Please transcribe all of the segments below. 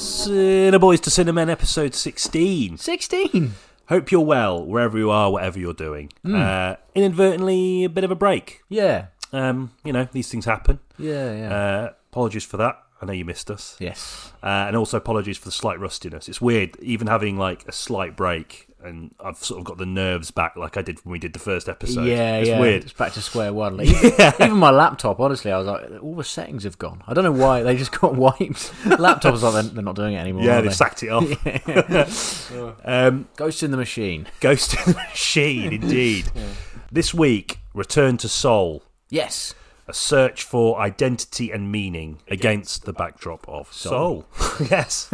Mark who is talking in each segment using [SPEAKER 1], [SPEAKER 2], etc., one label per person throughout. [SPEAKER 1] Cineboys to Cinnamon, episode 16.
[SPEAKER 2] 16.
[SPEAKER 1] Hope you're well, wherever you are, whatever you're doing.
[SPEAKER 2] Hmm.
[SPEAKER 1] Uh, inadvertently, a bit of a break.
[SPEAKER 2] Yeah.
[SPEAKER 1] Um, you know, these things happen.
[SPEAKER 2] Yeah, yeah.
[SPEAKER 1] Uh, apologies for that. I know you missed us.
[SPEAKER 2] yes.
[SPEAKER 1] Uh, and also apologies for the slight rustiness. It's weird, even having like a slight break, and I've sort of got the nerves back like I did when we did the first episode.
[SPEAKER 2] yeah,
[SPEAKER 1] it's
[SPEAKER 2] yeah.
[SPEAKER 1] weird.
[SPEAKER 2] It's back to square one. Like, even, even my laptop, honestly, I was like, all the settings have gone. I don't know why. They just got wiped. Laptops, like, they're, they're not doing it anymore.
[SPEAKER 1] Yeah,
[SPEAKER 2] are
[SPEAKER 1] they've
[SPEAKER 2] they?
[SPEAKER 1] sacked it off. um,
[SPEAKER 2] Ghost in the Machine.
[SPEAKER 1] Ghost in the Machine, indeed. This week, Return to Soul,
[SPEAKER 2] Yes.
[SPEAKER 1] a search for identity and meaning against the backdrop of Soul. yes.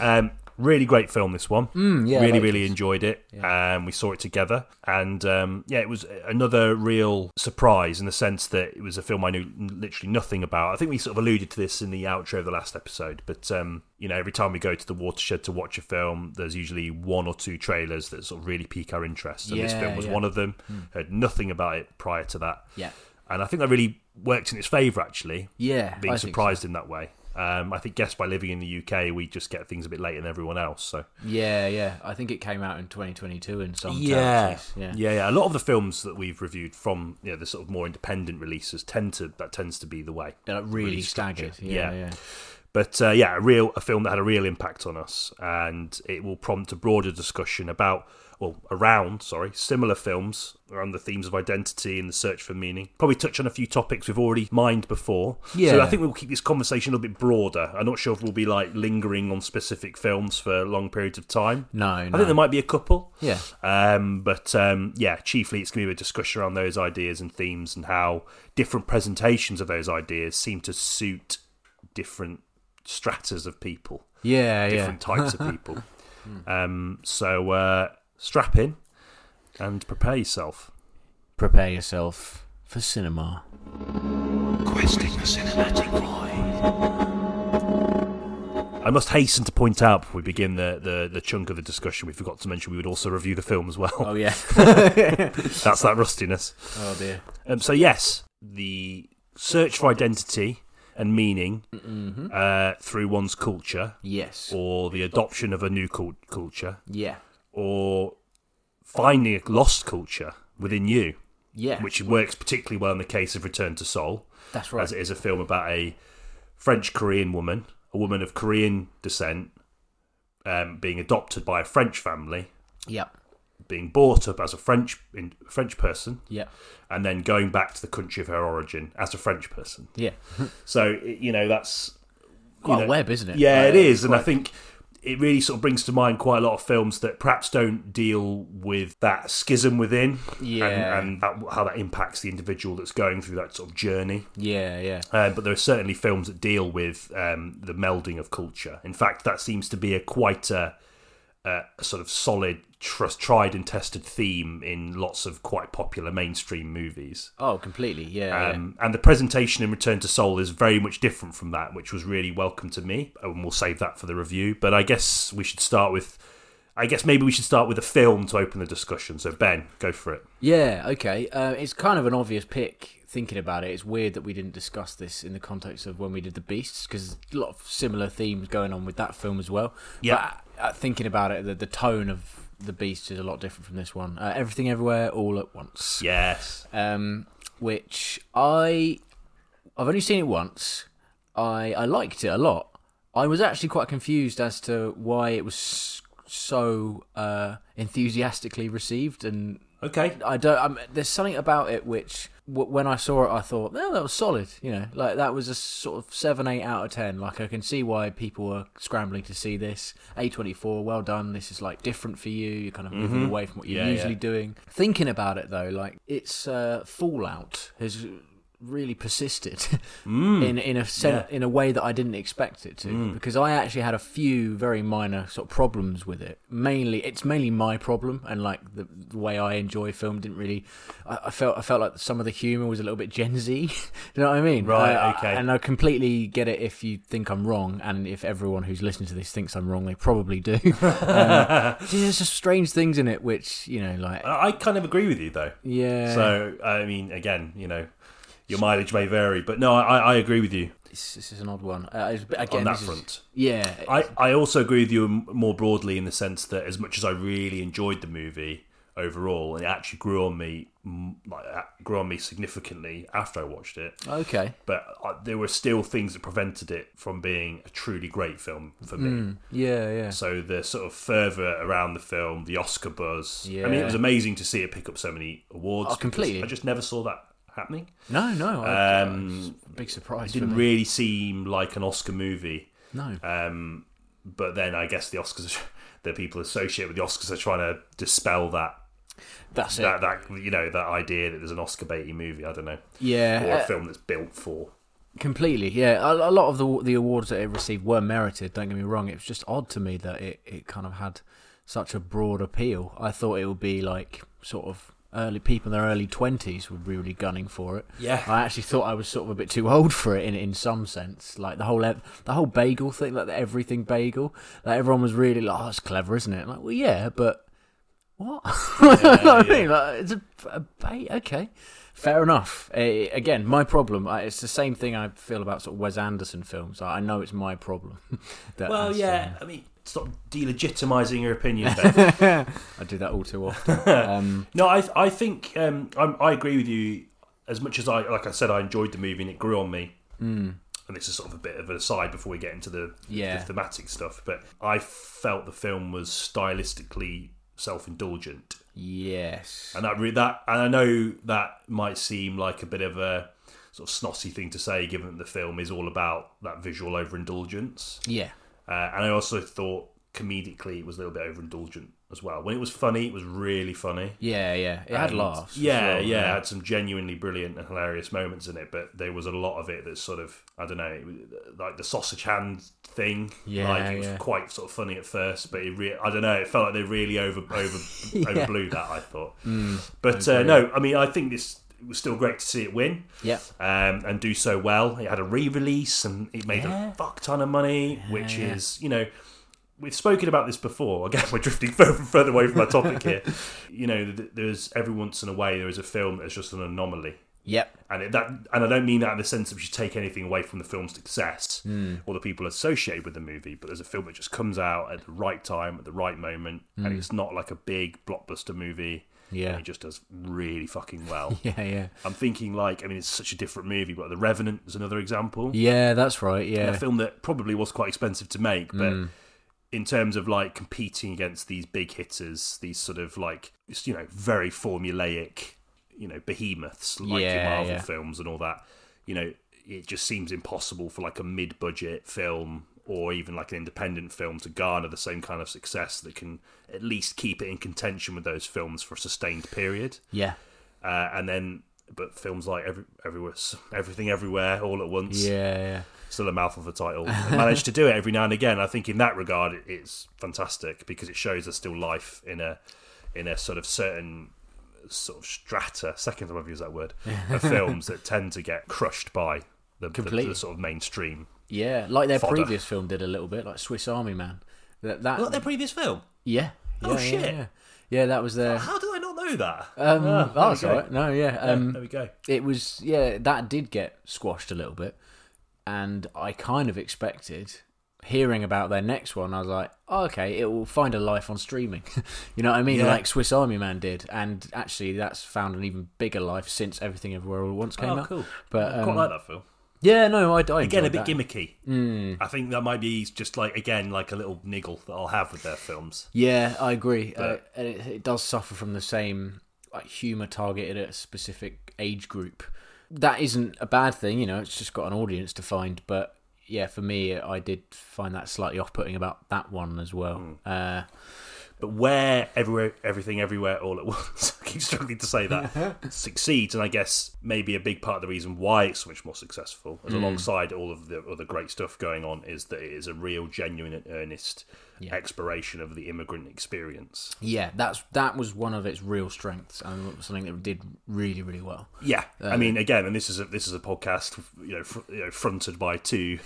[SPEAKER 1] um, really great film, this one.
[SPEAKER 2] Hmm. yeah, I
[SPEAKER 1] really,
[SPEAKER 2] liked
[SPEAKER 1] really enjoyed it. Um, we saw it together. And um, yeah, it was another real surprise in the sense that it was a film I knew literally nothing about. I think we sort of alluded to this in the outro of the last episode, but. Um, you know, every time we go to the watershed to watch a film, there's usually one or two trailers that sort of really pique our interest. And this
[SPEAKER 2] Yeah,
[SPEAKER 1] film was
[SPEAKER 2] yeah. Hmm.
[SPEAKER 1] one of them. Heard nothing about it prior to that
[SPEAKER 2] Yeah.
[SPEAKER 1] and I think that really worked in its favour actually.
[SPEAKER 2] Yeah,
[SPEAKER 1] being
[SPEAKER 2] I think
[SPEAKER 1] surprised in that way. Um, I think guess by living in the UK, we just get things a bit later than everyone else. So
[SPEAKER 2] Yeah, yeah. I think it came out in 2022 in some territories.
[SPEAKER 1] yeah, yeah, A lot of the films that we've reviewed from you know, the sort of more independent releases tend to that tends to be the way.
[SPEAKER 2] They're like really,
[SPEAKER 1] structured.
[SPEAKER 2] staggered. Yeah,
[SPEAKER 1] Yeah.
[SPEAKER 2] yeah.
[SPEAKER 1] But uh, yeah, a real a film that had a real impact on us, and it will prompt a broader discussion about well around sorry similar films around the themes of identity and the search for meaning. Probably touch on a few topics we've already mined before. So
[SPEAKER 2] Yeah.
[SPEAKER 1] I think we'll keep this conversation a little bit broader. I'm not sure if we'll be like lingering on specific films for long periods of time.
[SPEAKER 2] No,
[SPEAKER 1] I
[SPEAKER 2] no.
[SPEAKER 1] think there might be a couple.
[SPEAKER 2] Yeah.
[SPEAKER 1] Um, but um, yeah, chiefly it's going to be a discussion around those ideas and themes and how different presentations of those ideas seem to suit different stratas of people,
[SPEAKER 2] yeah, Hmm. yeah.
[SPEAKER 1] different types of people. Um, so uh, strap in and prepare yourself.
[SPEAKER 2] Prepare yourself for cinema.
[SPEAKER 3] Questing the cinematic void.
[SPEAKER 1] I must hasten to point out before we begin the, the, the chunk of the discussion, we forgot to mention we would also review the film as well.
[SPEAKER 2] Oh, yeah.
[SPEAKER 1] That's that rustiness.
[SPEAKER 2] oh, dear.
[SPEAKER 1] Um, so yes, the search for identity and meaning uh, through one's culture,
[SPEAKER 2] Yes.
[SPEAKER 1] or the adoption of a new cult- culture,
[SPEAKER 2] Yeah.
[SPEAKER 1] or finding a lost culture within you,
[SPEAKER 2] Yeah.
[SPEAKER 1] which works particularly well in the case of Return to Seoul,
[SPEAKER 2] That's right.
[SPEAKER 1] as it is a film about a French Korean woman, a woman of Korean descent, um, being adopted by a French family,
[SPEAKER 2] Yep.
[SPEAKER 1] being brought up as a French in, French person,
[SPEAKER 2] Yep.
[SPEAKER 1] and then going back to the country of her origin as a French person.
[SPEAKER 2] Yeah.
[SPEAKER 1] So i- you know that's
[SPEAKER 2] Quite
[SPEAKER 1] know,
[SPEAKER 2] a web, isn't it?
[SPEAKER 1] yeah, it
[SPEAKER 2] Uh,
[SPEAKER 1] is, and I
[SPEAKER 2] quite-
[SPEAKER 1] think it really sort of brings to mind quite a lot of films that perhaps don't deal with that schism within,
[SPEAKER 2] Yeah.
[SPEAKER 1] and, and that, how that impacts the individual that's going through that sort of journey.
[SPEAKER 2] Yeah, yeah.
[SPEAKER 1] Uh, but there are certainly films that deal with um, the melding of culture. In fact, that seems to be a quite a, a sort of solid, trust, tried and tested theme in lots of quite popular mainstream movies.
[SPEAKER 2] Oh, completely. Yeah. yeah.
[SPEAKER 1] Um, and the presentation in Return to Seoul is very much different from that, which was really welcome to me. And we'll save that for the review. But I guess we should start with. I guess maybe we should start with a film to open the discussion. So Ben, go for it.
[SPEAKER 2] Yeah, okay. Uh, it's kind of an obvious pick thinking about it. It's weird that we didn't discuss this in the context of when we did The Beasts because a lot of similar themes going on with that film as well.
[SPEAKER 1] Yeah.
[SPEAKER 2] But uh, thinking about it, the, the tone of The Beast is a lot different from this one. Uh, Everything Everywhere All at Once.
[SPEAKER 1] Yes.
[SPEAKER 2] Um, which I. I've only seen it once. I, I liked it a lot. I was actually quite confused as to why it was s- so uh, enthusiastically received and
[SPEAKER 1] Okay.
[SPEAKER 2] I don't. I'm, there's something about it which, w- when I saw it, I thought, no, that was solid. You know, like that was a sort of seven, eight out of ten. Like I can see why people are scrambling to see this. A24, well done. This is like different for you. You're kind of moving away from what you're
[SPEAKER 1] Mm-hmm. Yeah,
[SPEAKER 2] usually
[SPEAKER 1] yeah.
[SPEAKER 2] doing. Thinking about it though, like it's uh, Fallout has really persisted
[SPEAKER 1] Mm.
[SPEAKER 2] in in a sen- in a way that I didn't expect it to because I actually had a few very minor sort of problems with it. Mainly, it's mainly my problem and like the, the way I enjoy film didn't really. I, I felt I felt like some of the humor was a little bit Gen Z. Do you know what I mean?
[SPEAKER 1] Right,
[SPEAKER 2] I- I-
[SPEAKER 1] okay.
[SPEAKER 2] and I completely get it if you think I'm wrong, and if everyone who's listening to this thinks I'm wrong, they probably do. um, there's just strange things in it, which you know, like
[SPEAKER 1] I I kind of agree with you though.
[SPEAKER 2] yeah.
[SPEAKER 1] So I mean, again, you know, your mileage may vary. But no, I, I agree with you
[SPEAKER 2] This, this is an odd one. Uh, it's- again,
[SPEAKER 1] on that
[SPEAKER 2] this is-
[SPEAKER 1] front.
[SPEAKER 2] yeah,
[SPEAKER 1] I, I also agree with you m- more broadly in the sense that as much as I really enjoyed the movie overall, it actually grew on me mm, like uh, grew on me significantly after I watched it.
[SPEAKER 2] okay,
[SPEAKER 1] But I, there were still things that prevented it from being a truly great film for me.
[SPEAKER 2] Hmm. yeah, yeah.
[SPEAKER 1] So the sort of fervor around the film, the Oscar buzz. I mean, it
[SPEAKER 2] Yeah.
[SPEAKER 1] was amazing to see it pick up so many awards.
[SPEAKER 2] Oh,
[SPEAKER 1] because
[SPEAKER 2] completely.
[SPEAKER 1] I just never saw that happening.
[SPEAKER 2] No, no, I,
[SPEAKER 1] Um,
[SPEAKER 2] it's a big surprise.
[SPEAKER 1] It didn't
[SPEAKER 2] for me.
[SPEAKER 1] really seem like an Oscar movie.
[SPEAKER 2] no,
[SPEAKER 1] Um, but then I guess the Oscars, the people associated with the Oscars are trying to dispel that
[SPEAKER 2] that's it.
[SPEAKER 1] that, that you know that idea that there's an Oscar baity movie. I don't know,
[SPEAKER 2] yeah,
[SPEAKER 1] or
[SPEAKER 2] uh,
[SPEAKER 1] a film that's built for.
[SPEAKER 2] Completely, yeah. A, a lot of the the awards that it received were merited. Don't get me wrong. It was just odd to me that it, it kind of had such a broad appeal. I thought it would be like sort of early people in their early twenties would be really gunning for it.
[SPEAKER 1] Yeah.
[SPEAKER 2] I actually thought I was sort of a bit too old for it in in some sense. Like the whole ev- the whole bagel thing, like the everything bagel. Like everyone was really like, "Oh, it's clever, isn't it?" Like, well, yeah, but what? You know what I mean, like, it's a, a bait. Okay, fair enough. Eh, again, my problem. I, it's the same thing I feel about sort of Wes Anderson films. I, I know it's my problem. that I
[SPEAKER 1] Well,
[SPEAKER 2] say-
[SPEAKER 1] yeah. I mean, stop delegitimizing your opinion. Ben.
[SPEAKER 2] I do that all too often.
[SPEAKER 1] no, I I think um, I'm, I agree with you. As much as I, like I said, I enjoyed the movie and it grew on me. And this is sort of a bit of an aside before we get into the,
[SPEAKER 2] Yeah.
[SPEAKER 1] the thematic stuff. But I felt the film was stylistically self-indulgent.
[SPEAKER 2] yes.
[SPEAKER 1] And that re- that and I know that might seem like a bit of a sort of snotty thing to say, given that the film is all about that visual overindulgence.
[SPEAKER 2] Yeah.
[SPEAKER 1] Uh, and I also thought comedically it was a little bit overindulgent as well. When it was funny, it was really funny.
[SPEAKER 2] Yeah. Yeah. It had
[SPEAKER 1] And-
[SPEAKER 2] laughs. for
[SPEAKER 1] Yeah,
[SPEAKER 2] sure,
[SPEAKER 1] yeah, it had some genuinely brilliant and hilarious moments in it, but there was a lot of it that's sort of I don't know, it was, uh, like the sausage hand thing.
[SPEAKER 2] Yeah,
[SPEAKER 1] like it was
[SPEAKER 2] yeah.
[SPEAKER 1] quite sort of funny at first, but it re- I don't know, it felt like they really over over overblew that. I thought,
[SPEAKER 2] Mm,
[SPEAKER 1] but uh, no, I mean, I think this it was still great to see it win.
[SPEAKER 2] Yep.
[SPEAKER 1] Um, and do so well. It had a re-release and it made
[SPEAKER 2] Yeah.
[SPEAKER 1] a fuck ton of money, which
[SPEAKER 2] yeah.
[SPEAKER 1] is you know we've spoken about this before. Again, we're drifting further and further away from our topic here. You know, th- there's every once in a way there is a film that's just an anomaly.
[SPEAKER 2] Yep.
[SPEAKER 1] And it, that, and I don't mean that in the sense that we should take anything away from the film's success
[SPEAKER 2] Hmm.
[SPEAKER 1] or the people associated with the movie. But there's a film that just comes out at the right time, at the right moment, and it's not like a big blockbuster movie.
[SPEAKER 2] Hmm. Yeah.
[SPEAKER 1] it just does really fucking well.
[SPEAKER 2] Yeah. Yeah.
[SPEAKER 1] I'm thinking like, I mean, it's such a different movie, but The Revenant is another example
[SPEAKER 2] Yeah. That's right.
[SPEAKER 1] a
[SPEAKER 2] Yeah. Mm.
[SPEAKER 1] film that probably was quite expensive to make, but in terms of like competing against these big hitters, these sort of like just, you know very formulaic, you know behemoths like your
[SPEAKER 2] Yeah,
[SPEAKER 1] Marvel
[SPEAKER 2] yeah.
[SPEAKER 1] films and all that, you know, it just seems impossible for like a mid-budget film or even like an independent film to garner the same kind of success that can at least keep it in contention with those films for a sustained period
[SPEAKER 2] Yeah.
[SPEAKER 1] uh, and then but films like every, everywhere everything everywhere all at once
[SPEAKER 2] Yeah. Yeah.
[SPEAKER 1] still a mouthful for title. managed to do it every now and again. I think in that regard, it- it's fantastic because it shows there's still life in a in a sort of certain sort of strata. Second time I've used that word of films that tend to get crushed by the, the,
[SPEAKER 2] Completely.
[SPEAKER 1] the sort of mainstream.
[SPEAKER 2] Yeah. Like their
[SPEAKER 1] Fodder.
[SPEAKER 2] previous film did a little bit, like Swiss Army Man. That. that
[SPEAKER 1] Not their previous film.
[SPEAKER 2] yeah.
[SPEAKER 1] Oh,
[SPEAKER 2] yeah,
[SPEAKER 1] shit.
[SPEAKER 2] Yeah, yeah. Yeah, That was their.
[SPEAKER 1] How did I not know that?
[SPEAKER 2] Um,
[SPEAKER 1] Ah,
[SPEAKER 2] oh,
[SPEAKER 1] there
[SPEAKER 2] that's
[SPEAKER 1] we
[SPEAKER 2] all
[SPEAKER 1] go.
[SPEAKER 2] right. No, yeah. Um,
[SPEAKER 1] there we go.
[SPEAKER 2] It was, yeah, that did get squashed a little bit. And I kind of expected, hearing about their next one, I was like, oh, okay, it will find a life on streaming. you know what I mean?
[SPEAKER 1] Yeah.
[SPEAKER 2] Like Swiss Army Man did. And actually, that's found an even bigger life since Everything Everywhere All at Once came
[SPEAKER 1] Oh,
[SPEAKER 2] out.
[SPEAKER 1] cool.
[SPEAKER 2] But,
[SPEAKER 1] I quite
[SPEAKER 2] um,
[SPEAKER 1] like that film.
[SPEAKER 2] Yeah, no, I, I
[SPEAKER 1] Again, a bit
[SPEAKER 2] enjoyed that. Hmm.
[SPEAKER 1] gimmicky. I think that might be just like again like a little niggle that I'll have with their films.
[SPEAKER 2] Yeah, I agree. Uh, and it, it does suffer from the same like humor targeted at a specific age group. That isn't a bad thing, you know. It's just got an audience to find. But yeah, for me, I did find that slightly off-putting about that one as well. Uh,
[SPEAKER 1] But where everywhere, everything, everywhere, all at once. I keep struggling to say that succeeds, and I guess maybe a big part of the reason why it's so much more successful, as alongside all of the other great stuff going on, is that it is a real, genuine, and earnest exploration of the immigrant experience.
[SPEAKER 2] yeah, that's that was one of its real strengths and something that did really, really well.
[SPEAKER 1] Yeah,
[SPEAKER 2] Uh,
[SPEAKER 1] I mean, again, and this is a this is a podcast, you know, fr- you know fronted by two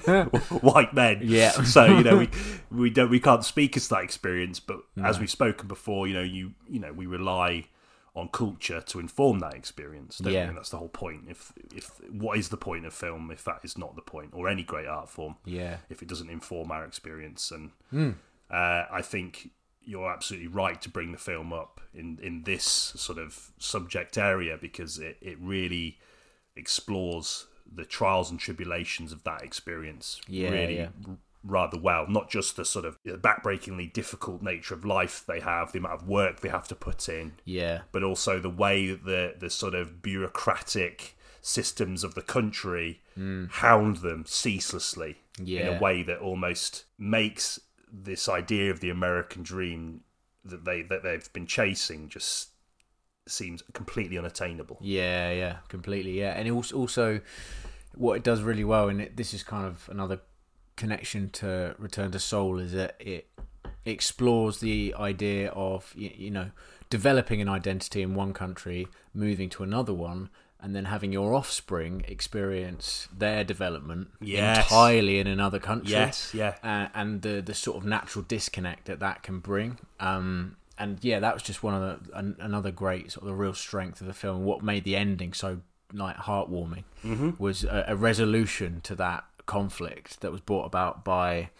[SPEAKER 1] white men.
[SPEAKER 2] Yeah.
[SPEAKER 1] so you know, we we don't we can't speak as that experience, but as we've spoken before, you know, you you know, we rely on culture to inform that experience. Don't
[SPEAKER 2] Yeah.
[SPEAKER 1] you? And that's the whole point. If if what is the point of film if that is not the point, or any great art form,
[SPEAKER 2] Yeah. Hmm.
[SPEAKER 1] if it doesn't inform our experience? And uh, I think you're absolutely right to bring the film up in in this sort of subject area because it it really explores the trials and tribulations of that experience
[SPEAKER 2] Yeah,
[SPEAKER 1] really
[SPEAKER 2] yeah.
[SPEAKER 1] r- rather well. Not just the sort of backbreakingly difficult nature of life they have, the amount of work they have to put in,
[SPEAKER 2] Yeah.
[SPEAKER 1] but also the way that the, the sort of bureaucratic systems of the country hound them ceaselessly in
[SPEAKER 2] Yeah.
[SPEAKER 1] a way that almost makes this idea of the American dream that they that they've been chasing just seems completely unattainable.
[SPEAKER 2] Yeah, yeah, completely. Yeah, and it also, also what it does really well, and it, this is kind of another connection to Return to Soul, is that it explores the idea of you, you know developing an identity in one country, moving to another one. And then having your offspring experience their development
[SPEAKER 1] Yes.
[SPEAKER 2] entirely in another country,
[SPEAKER 1] Yes, yeah.
[SPEAKER 2] uh, and the the sort of natural disconnect that that can bring. Um, and yeah, that was just one of the an, another great sort of the real strength of the film. What made the ending so like heartwarming
[SPEAKER 1] Mm-hmm.
[SPEAKER 2] was a, a resolution to that conflict that was brought about by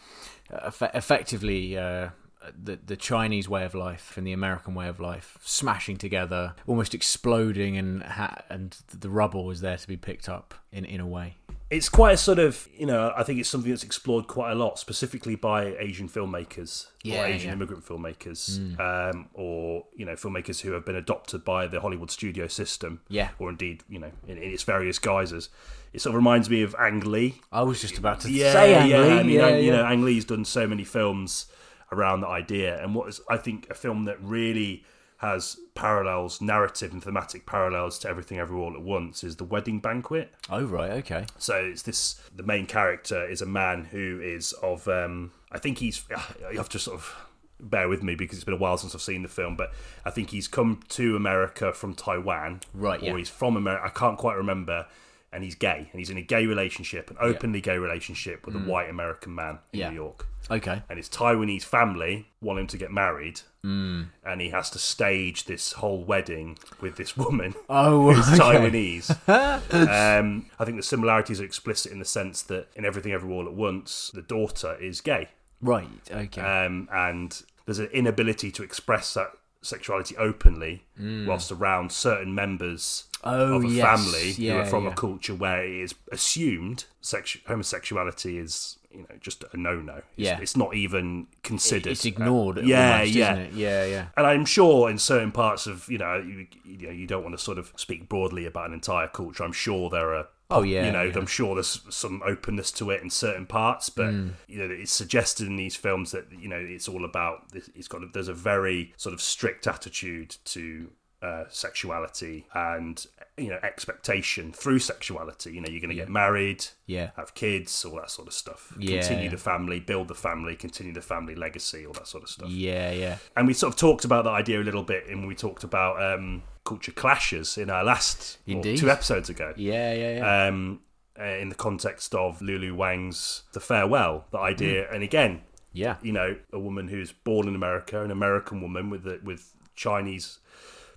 [SPEAKER 2] uh, effe- effectively. Uh, the, the Chinese way of life and the American way of life smashing together, almost exploding, and ha- and the rubble was there to be picked up in, in a way.
[SPEAKER 1] It's quite a sort of you know I think it's something that's explored quite a lot, specifically by Asian filmmakers
[SPEAKER 2] Yeah,
[SPEAKER 1] or Asian
[SPEAKER 2] yeah. Hmm.
[SPEAKER 1] immigrant filmmakers, um, or you know filmmakers who have been adopted by the Hollywood studio system,
[SPEAKER 2] Yeah.
[SPEAKER 1] or indeed you know in, in its various guises. It sort of reminds me of Ang Lee.
[SPEAKER 2] I was just about to
[SPEAKER 1] Yeah,
[SPEAKER 2] say, Ang
[SPEAKER 1] yeah.
[SPEAKER 2] Lee,
[SPEAKER 1] I mean,
[SPEAKER 2] yeah,
[SPEAKER 1] Ang- you
[SPEAKER 2] yeah.
[SPEAKER 1] know, Ang Lee's done so many films around that idea, and what is I think a film that really has parallels, narrative and thematic parallels to everything, every all at once is the Wedding Banquet.
[SPEAKER 2] Oh right, okay.
[SPEAKER 1] So it's this. The main character is a man who is of. Um, I think he's. You have to sort of bear with me because it's been a while since I've seen the film, but I think he's come to America from Taiwan,
[SPEAKER 2] Right,
[SPEAKER 1] Or
[SPEAKER 2] yeah.
[SPEAKER 1] he's from America. I can't quite remember. And he's gay, and he's in a gay relationship, an openly gay relationship with a white American man in
[SPEAKER 2] Mm. Yeah.
[SPEAKER 1] New York.
[SPEAKER 2] Okay.
[SPEAKER 1] And his Taiwanese family want him to get married,
[SPEAKER 2] Mm.
[SPEAKER 1] and he has to stage this whole wedding with this woman
[SPEAKER 2] Oh,
[SPEAKER 1] who's
[SPEAKER 2] okay.
[SPEAKER 1] Taiwanese. um, I think the similarities are explicit in the sense that in Everything Every All at Once, the daughter is gay.
[SPEAKER 2] Right. Okay.
[SPEAKER 1] Um, and there's an inability to express that sexuality openly whilst around certain members
[SPEAKER 2] Mm. Oh,
[SPEAKER 1] of a
[SPEAKER 2] yes.
[SPEAKER 1] family who
[SPEAKER 2] Yeah,
[SPEAKER 1] are from
[SPEAKER 2] yeah.
[SPEAKER 1] a culture where it is assumed sexu- homosexuality is you know just a no-no it's,
[SPEAKER 2] Yeah.
[SPEAKER 1] it's not even considered
[SPEAKER 2] it's ignored.
[SPEAKER 1] Uh, yeah
[SPEAKER 2] almost,
[SPEAKER 1] yeah
[SPEAKER 2] Isn't it? Yeah. Yeah.
[SPEAKER 1] and I'm sure in certain parts of you know you, you know you don't want to sort of speak broadly about an entire culture. I'm sure there are.
[SPEAKER 2] Oh, yeah,
[SPEAKER 1] you know,
[SPEAKER 2] yeah.
[SPEAKER 1] I'm sure there's some openness to it in certain parts, but
[SPEAKER 2] Mm.
[SPEAKER 1] you know, it's suggested in these films that you know it's all about. It's got there's a very sort of strict attitude to uh, sexuality and you know expectation through sexuality. You know, you're going to get married,
[SPEAKER 2] Yeah.
[SPEAKER 1] have kids, all that sort of stuff.
[SPEAKER 2] Yeah,
[SPEAKER 1] continue
[SPEAKER 2] yeah.
[SPEAKER 1] the family, build the family, continue the family legacy, all that sort of stuff
[SPEAKER 2] Yeah. Yeah.
[SPEAKER 1] and we sort of talked about that idea a little bit and we talked about um, culture clashes in our last or
[SPEAKER 2] Indeed.
[SPEAKER 1] two episodes ago
[SPEAKER 2] Yeah. Yeah. Yeah.
[SPEAKER 1] um, uh, in the context of lulu wang's the farewell the idea
[SPEAKER 2] Mm.
[SPEAKER 1] and again
[SPEAKER 2] yeah.
[SPEAKER 1] you know a woman who's born in america an american woman with the, with chinese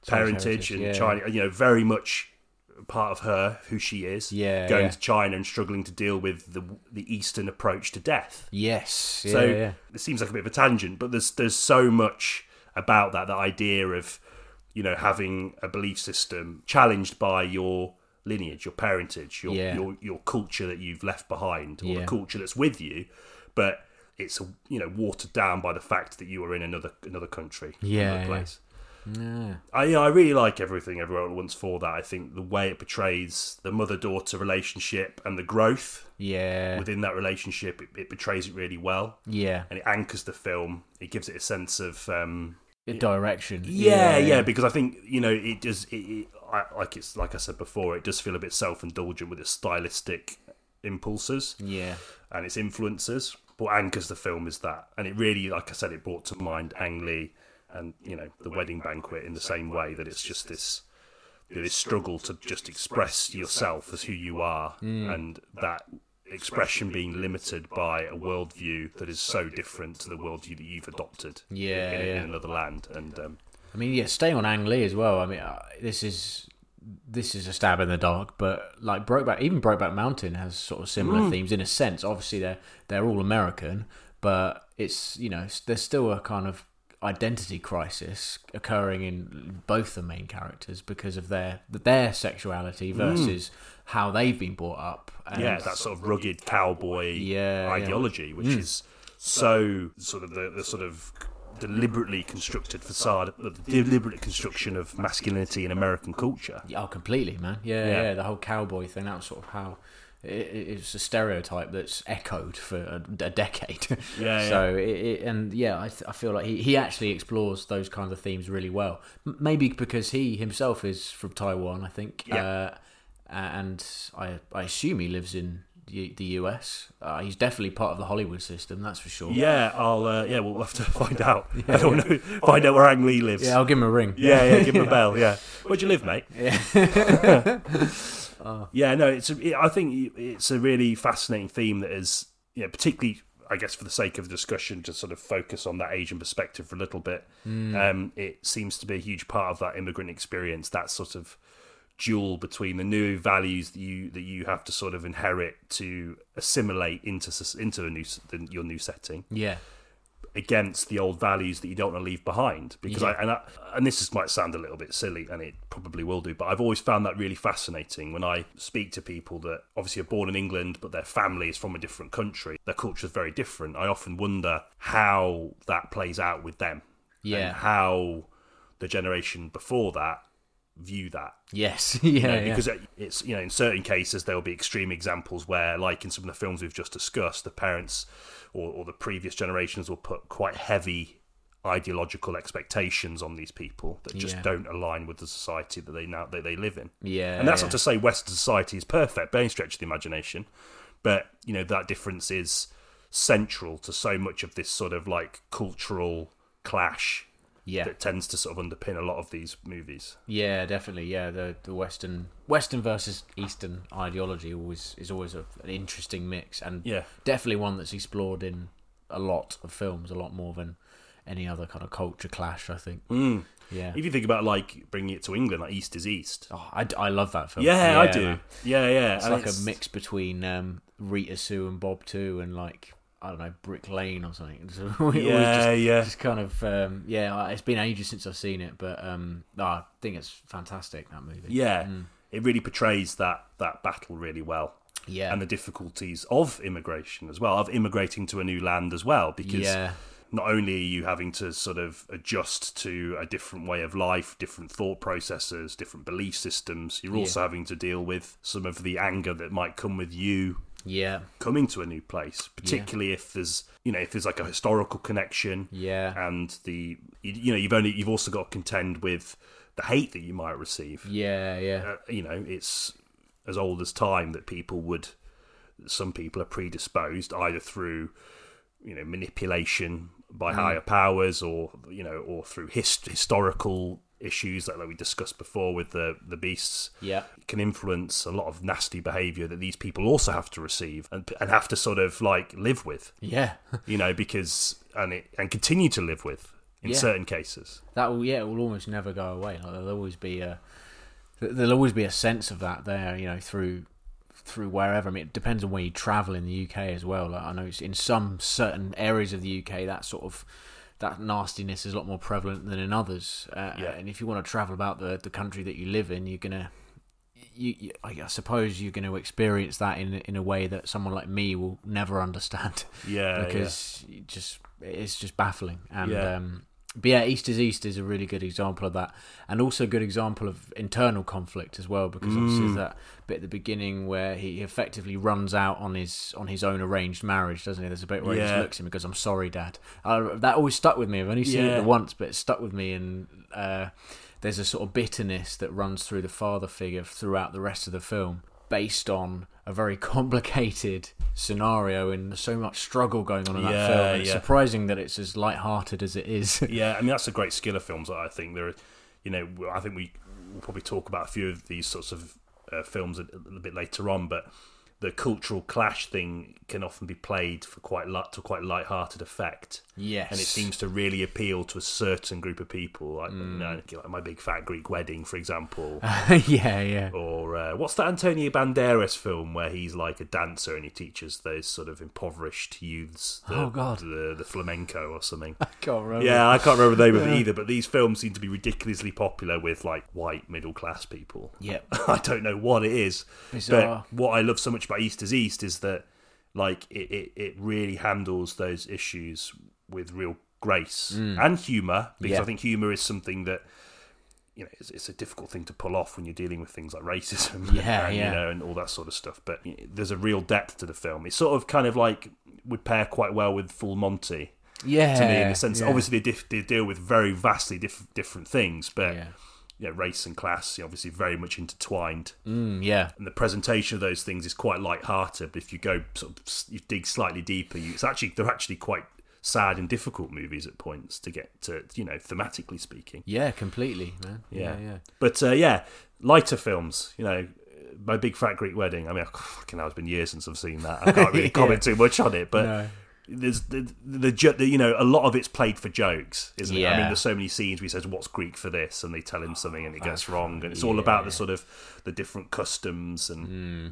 [SPEAKER 1] parentage
[SPEAKER 2] heritage,
[SPEAKER 1] and
[SPEAKER 2] yeah.
[SPEAKER 1] China, you know, very much part of her who she is.
[SPEAKER 2] Yeah,
[SPEAKER 1] going
[SPEAKER 2] yeah.
[SPEAKER 1] to China and struggling to deal with the the Eastern approach to death.
[SPEAKER 2] Yes. Yeah,
[SPEAKER 1] So
[SPEAKER 2] yeah.
[SPEAKER 1] it seems like a bit of a tangent, but there's there's so much about that that idea of you know having a belief system challenged by your lineage, your parentage, your
[SPEAKER 2] Yeah.
[SPEAKER 1] your, your culture that you've left behind, or
[SPEAKER 2] Yeah.
[SPEAKER 1] the culture that's with you, but it's you know watered down by the fact that you are in another another country,
[SPEAKER 2] Yeah,
[SPEAKER 1] another
[SPEAKER 2] yeah.
[SPEAKER 1] place.
[SPEAKER 2] Yeah.
[SPEAKER 1] I you know, I really like everything everywhere at once for that. I think the way it portrays the mother daughter relationship and the growth
[SPEAKER 2] Yeah.
[SPEAKER 1] within that relationship, it, it portrays it really well
[SPEAKER 2] Yeah.
[SPEAKER 1] and it anchors the film. It gives it a sense of um,
[SPEAKER 2] The direction.
[SPEAKER 1] yeah, yeah, Because I think you know it does. It, it, I, like it's like I said before, it does feel a bit self indulgent with its stylistic impulses
[SPEAKER 2] Yeah.
[SPEAKER 1] and its influences. What anchors the film is that, and it really, like I said, it brought to mind Ang Lee and you know the Wedding Banquet in the same way that it's just this. This struggle to just express yourself as who you are,
[SPEAKER 2] Mm.
[SPEAKER 1] and that expression being limited by a worldview that is so different to the worldview that you've adopted
[SPEAKER 2] Yeah,
[SPEAKER 1] in, in
[SPEAKER 2] yeah.
[SPEAKER 1] another land. And um,
[SPEAKER 2] I mean, yeah, staying on Ang Lee as well. I mean, uh, this is this is a stab in the dark, but like Brokeback, even Brokeback Mountain has sort of similar themes in a sense. Obviously, they're they're all American, but it's you know s- there's still a kind of identity crisis occurring in both the main characters because of their their sexuality versus how they've been brought up. And
[SPEAKER 1] yeah, that sort of rugged cowboy
[SPEAKER 2] Yeah, yeah.
[SPEAKER 1] ideology, which is so sort of the, the sort of deliberately constructed facade, the deliberate construction of masculinity in American culture.
[SPEAKER 2] Yeah, Oh, completely, man. Yeah,
[SPEAKER 1] Yeah.
[SPEAKER 2] yeah, the whole cowboy thing. That was sort of how it, it- it's a stereotype that's echoed for a, a decade.
[SPEAKER 1] Yeah,
[SPEAKER 2] so It, it, and yeah, I, th- I feel like he, he actually explores those kinds of themes really well. M- Maybe because he himself is from Taiwan, I think. Uh, and I I assume he lives in the the US. Uh, he's definitely part of the Hollywood system. That's for sure.
[SPEAKER 1] Yeah, I'll. Uh, yeah, we'll have to find out. I don't know. Find out where Ang Lee lives.
[SPEAKER 2] Yeah, I'll give him a ring.
[SPEAKER 1] Yeah, yeah, give him a bell. Yeah, where'd you live, mate? Yeah, no, it's. A, it, I think it's a really fascinating theme that is, yeah, particularly. I guess for the sake of discussion, to sort of focus on that Asian perspective for a little bit, um, it seems to be a huge part of that immigrant experience. That sort of duel between the new values that you that you have to sort of inherit to assimilate into s- into a new s- the- your new setting,
[SPEAKER 2] Yeah.
[SPEAKER 1] against the old values that you don't want to leave behind. Because I and I, and this is, might sound a little bit silly, and it probably will do, but I've always found that really fascinating when I speak to people that obviously are born in England, but their family is from a different country. Their culture is very different. I often wonder how that plays out with them.
[SPEAKER 2] Yeah.
[SPEAKER 1] And how the generation before that view that
[SPEAKER 2] Yes. yeah.
[SPEAKER 1] you know,
[SPEAKER 2] yeah.
[SPEAKER 1] because it- it's you know in certain cases there will be extreme examples where like in some of the films we've just discussed the parents or, or the previous generations will put quite heavy ideological expectations on these people that just
[SPEAKER 2] Yeah.
[SPEAKER 1] don't align with the society that they now that they live in
[SPEAKER 2] Yeah,
[SPEAKER 1] and that's
[SPEAKER 2] yeah.
[SPEAKER 1] not to say western society is perfect by any stretch of the imagination but you know that difference is central to so much of this sort of like cultural clash
[SPEAKER 2] yeah.
[SPEAKER 1] that tends to sort of underpin a lot of these movies
[SPEAKER 2] Yeah, definitely. Yeah, the the Western Western versus Eastern ideology always is always a, an interesting mix, and
[SPEAKER 1] Yeah.
[SPEAKER 2] definitely one that's explored in a lot of films, a lot more than any other kind of culture clash. I think. Yeah,
[SPEAKER 1] Mm. If you think about like bringing it to England, like East is East.
[SPEAKER 2] oh, I, d- I love that film.
[SPEAKER 1] Yeah, I do.
[SPEAKER 2] man.
[SPEAKER 1] Yeah, yeah.
[SPEAKER 2] It's like a mix between um, Rita Sue and Bob Two, and like I don't know Brick Lane or something. So we always
[SPEAKER 1] Yeah,
[SPEAKER 2] just,
[SPEAKER 1] yeah.
[SPEAKER 2] just kind of um, yeah. I- It's been ages since I've seen it, but um, oh, I think it's fantastic that movie.
[SPEAKER 1] Yeah, it really portrays that that battle really well.
[SPEAKER 2] Yeah.
[SPEAKER 1] and the difficulties of immigration as well, of immigrating to a new land as well, because
[SPEAKER 2] Yeah.
[SPEAKER 1] not only are you having to sort of adjust to a different way of life, different thought processes, different belief systems, you're also having to deal with some of the anger that might come with you
[SPEAKER 2] Yeah.
[SPEAKER 1] coming to a new place, particularly if there's you know if there's like a historical connection.
[SPEAKER 2] Yeah.
[SPEAKER 1] and the you, you know you've only you've also got to contend with the hate that you might receive.
[SPEAKER 2] Yeah, yeah.
[SPEAKER 1] Uh, you know, it's as old as time that people would. Some people are predisposed either through you know manipulation by higher powers, or you know, or through hist- historical issues like, like we discussed before with the the beasts
[SPEAKER 2] Yeah.
[SPEAKER 1] can influence a lot of nasty behavior that these people also have to receive and, and have to sort of like live with
[SPEAKER 2] Yeah.
[SPEAKER 1] you know, because and it and continue to live with in
[SPEAKER 2] Yeah.
[SPEAKER 1] certain cases.
[SPEAKER 2] That will yeah, it will almost never go away. Like there'll always be a th- there'll always be a sense of that there, you know, through through wherever. I mean, it depends on where you travel in the UK as well. Like I know it's in some certain areas of the UK that sort of that nastiness is a lot more prevalent than in others. Uh,
[SPEAKER 1] Yeah.
[SPEAKER 2] And if you want to travel about the the country that you live in, you're gonna you, you, I suppose you're going to experience that in in a way that someone like me will never understand.
[SPEAKER 1] Yeah,
[SPEAKER 2] because it just it's just baffling. And
[SPEAKER 1] Yeah.
[SPEAKER 2] um, but yeah, East is East is a really good example of that, and also a good example of internal conflict as well. Because
[SPEAKER 1] Mm.
[SPEAKER 2] obviously that bit at the beginning where he effectively runs out on his on his own arranged marriage, doesn't he? There's a bit where he
[SPEAKER 1] Yeah.
[SPEAKER 2] just looks at him and goes, "I'm sorry, Dad." Uh, that always stuck with me. I've only seen it
[SPEAKER 1] Yeah.
[SPEAKER 2] the once, but it stuck with me and. Uh, there's a sort of bitterness that runs through the father figure throughout the rest of the film based on a very complicated scenario and so much struggle going on in
[SPEAKER 1] Yeah,
[SPEAKER 2] that film. And It's
[SPEAKER 1] yeah.
[SPEAKER 2] surprising that it's as light-hearted as it is.
[SPEAKER 1] Yeah, I mean that's a great skill of films. I think there, are, you know, I think we will probably talk about a few of these sorts of uh, films a, a little bit later on, but the cultural clash thing can often be played for quite light, to quite light-hearted effect.
[SPEAKER 2] Yes.
[SPEAKER 1] and it seems to really appeal to a certain group of people. Like, you
[SPEAKER 2] Mm.
[SPEAKER 1] know, like my big fat Greek wedding, for example,
[SPEAKER 2] yeah, yeah.
[SPEAKER 1] or uh, what's that Antonio Banderas film where he's like a dancer and he teaches those sort of impoverished youths the,
[SPEAKER 2] Oh, God.
[SPEAKER 1] the the flamenco or something.
[SPEAKER 2] Can't remember.
[SPEAKER 1] Yeah, I can't remember the name of it either, but these films seem to be ridiculously popular with like white middle class people.
[SPEAKER 2] Yep.
[SPEAKER 1] I don't know what it is.
[SPEAKER 2] Bizarre.
[SPEAKER 1] But what I love so much about East is East is that like it, it, it really handles those issues with real grace and humour, because
[SPEAKER 2] Mm. Yeah.
[SPEAKER 1] I think humour is something that you know, it's, it's a difficult thing to pull off when you're dealing with things like racism,
[SPEAKER 2] Yeah,
[SPEAKER 1] and,
[SPEAKER 2] yeah.
[SPEAKER 1] you know, and all that sort of stuff. But you know, there's a real depth to the film. It's sort of kind of like would pair quite well with Full Monty,
[SPEAKER 2] Yeah.
[SPEAKER 1] to me in the sense
[SPEAKER 2] yeah.
[SPEAKER 1] that obviously they, diff- they deal with very vastly diff- different things but
[SPEAKER 2] Yeah.
[SPEAKER 1] you know, race and class you know, obviously very much intertwined
[SPEAKER 2] Mm, yeah.
[SPEAKER 1] and the presentation of those things is quite light-hearted but if you go sort of s- you dig slightly deeper you, it's actually they're actually quite sad and difficult movies at points to get to you know thematically speaking
[SPEAKER 2] Yeah, completely, man.
[SPEAKER 1] yeah,
[SPEAKER 2] Yeah, yeah.
[SPEAKER 1] But uh, yeah, lighter films. You know, my big fat Greek wedding. I mean, fucking hell, it's been years since I've seen that. I can't really comment too much on it, but.
[SPEAKER 2] No.
[SPEAKER 1] There's the, the, jo- the you know a lot of it's played for jokes, isn't it? I mean,
[SPEAKER 2] Yeah.
[SPEAKER 1] there's so many scenes where he says, "What's Greek for this?" and they tell him something and it gets
[SPEAKER 2] Oh,
[SPEAKER 1] wrong, and it's all about the sort of the different customs, and
[SPEAKER 2] Hmm.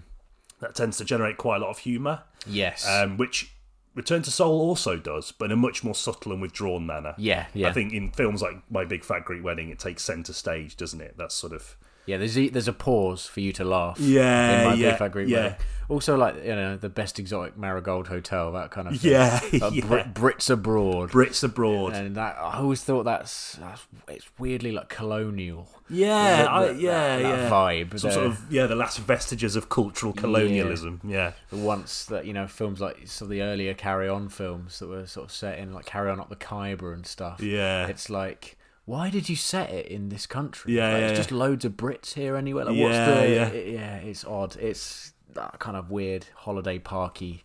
[SPEAKER 1] that tends to generate quite a lot of humour,
[SPEAKER 2] Yes.
[SPEAKER 1] um, which Return to Seoul also does, but in a much more subtle and withdrawn manner.
[SPEAKER 2] yeah, yeah.
[SPEAKER 1] I think in films like My Big Fat Greek Wedding, it takes centre stage, doesn't it? That's sort of
[SPEAKER 2] yeah, there's a, there's a pause for you to laugh.
[SPEAKER 1] Yeah,
[SPEAKER 2] in my
[SPEAKER 1] yeah,
[SPEAKER 2] Big Fat Greek
[SPEAKER 1] yeah.
[SPEAKER 2] Wedding. Also, like you know, the best exotic marigold hotel, that kind of thing.
[SPEAKER 1] yeah,
[SPEAKER 2] Like Brit- Brits abroad.
[SPEAKER 1] Brits abroad.
[SPEAKER 2] and that I always thought that's, that's it's weirdly like colonial.
[SPEAKER 1] yeah,
[SPEAKER 2] That-
[SPEAKER 1] I-
[SPEAKER 2] that-
[SPEAKER 1] yeah,
[SPEAKER 2] that
[SPEAKER 1] yeah.
[SPEAKER 2] vibe.
[SPEAKER 1] Some
[SPEAKER 2] there.
[SPEAKER 1] sort of yeah, the last vestiges of cultural colonialism. Yeah,
[SPEAKER 2] once that you know films like some of the earlier Carry On films that were sort of set in like Carry On Up the Khyber and stuff.
[SPEAKER 1] Yeah.
[SPEAKER 2] it's like why did you set it in this country?
[SPEAKER 1] Yeah,
[SPEAKER 2] Like,
[SPEAKER 1] yeah,
[SPEAKER 2] it's
[SPEAKER 1] yeah.
[SPEAKER 2] just loads of Brits here anyway. Like, what's
[SPEAKER 1] Yeah,
[SPEAKER 2] the
[SPEAKER 1] yeah.
[SPEAKER 2] yeah. yeah, it's odd. It's that kind of weird holiday parky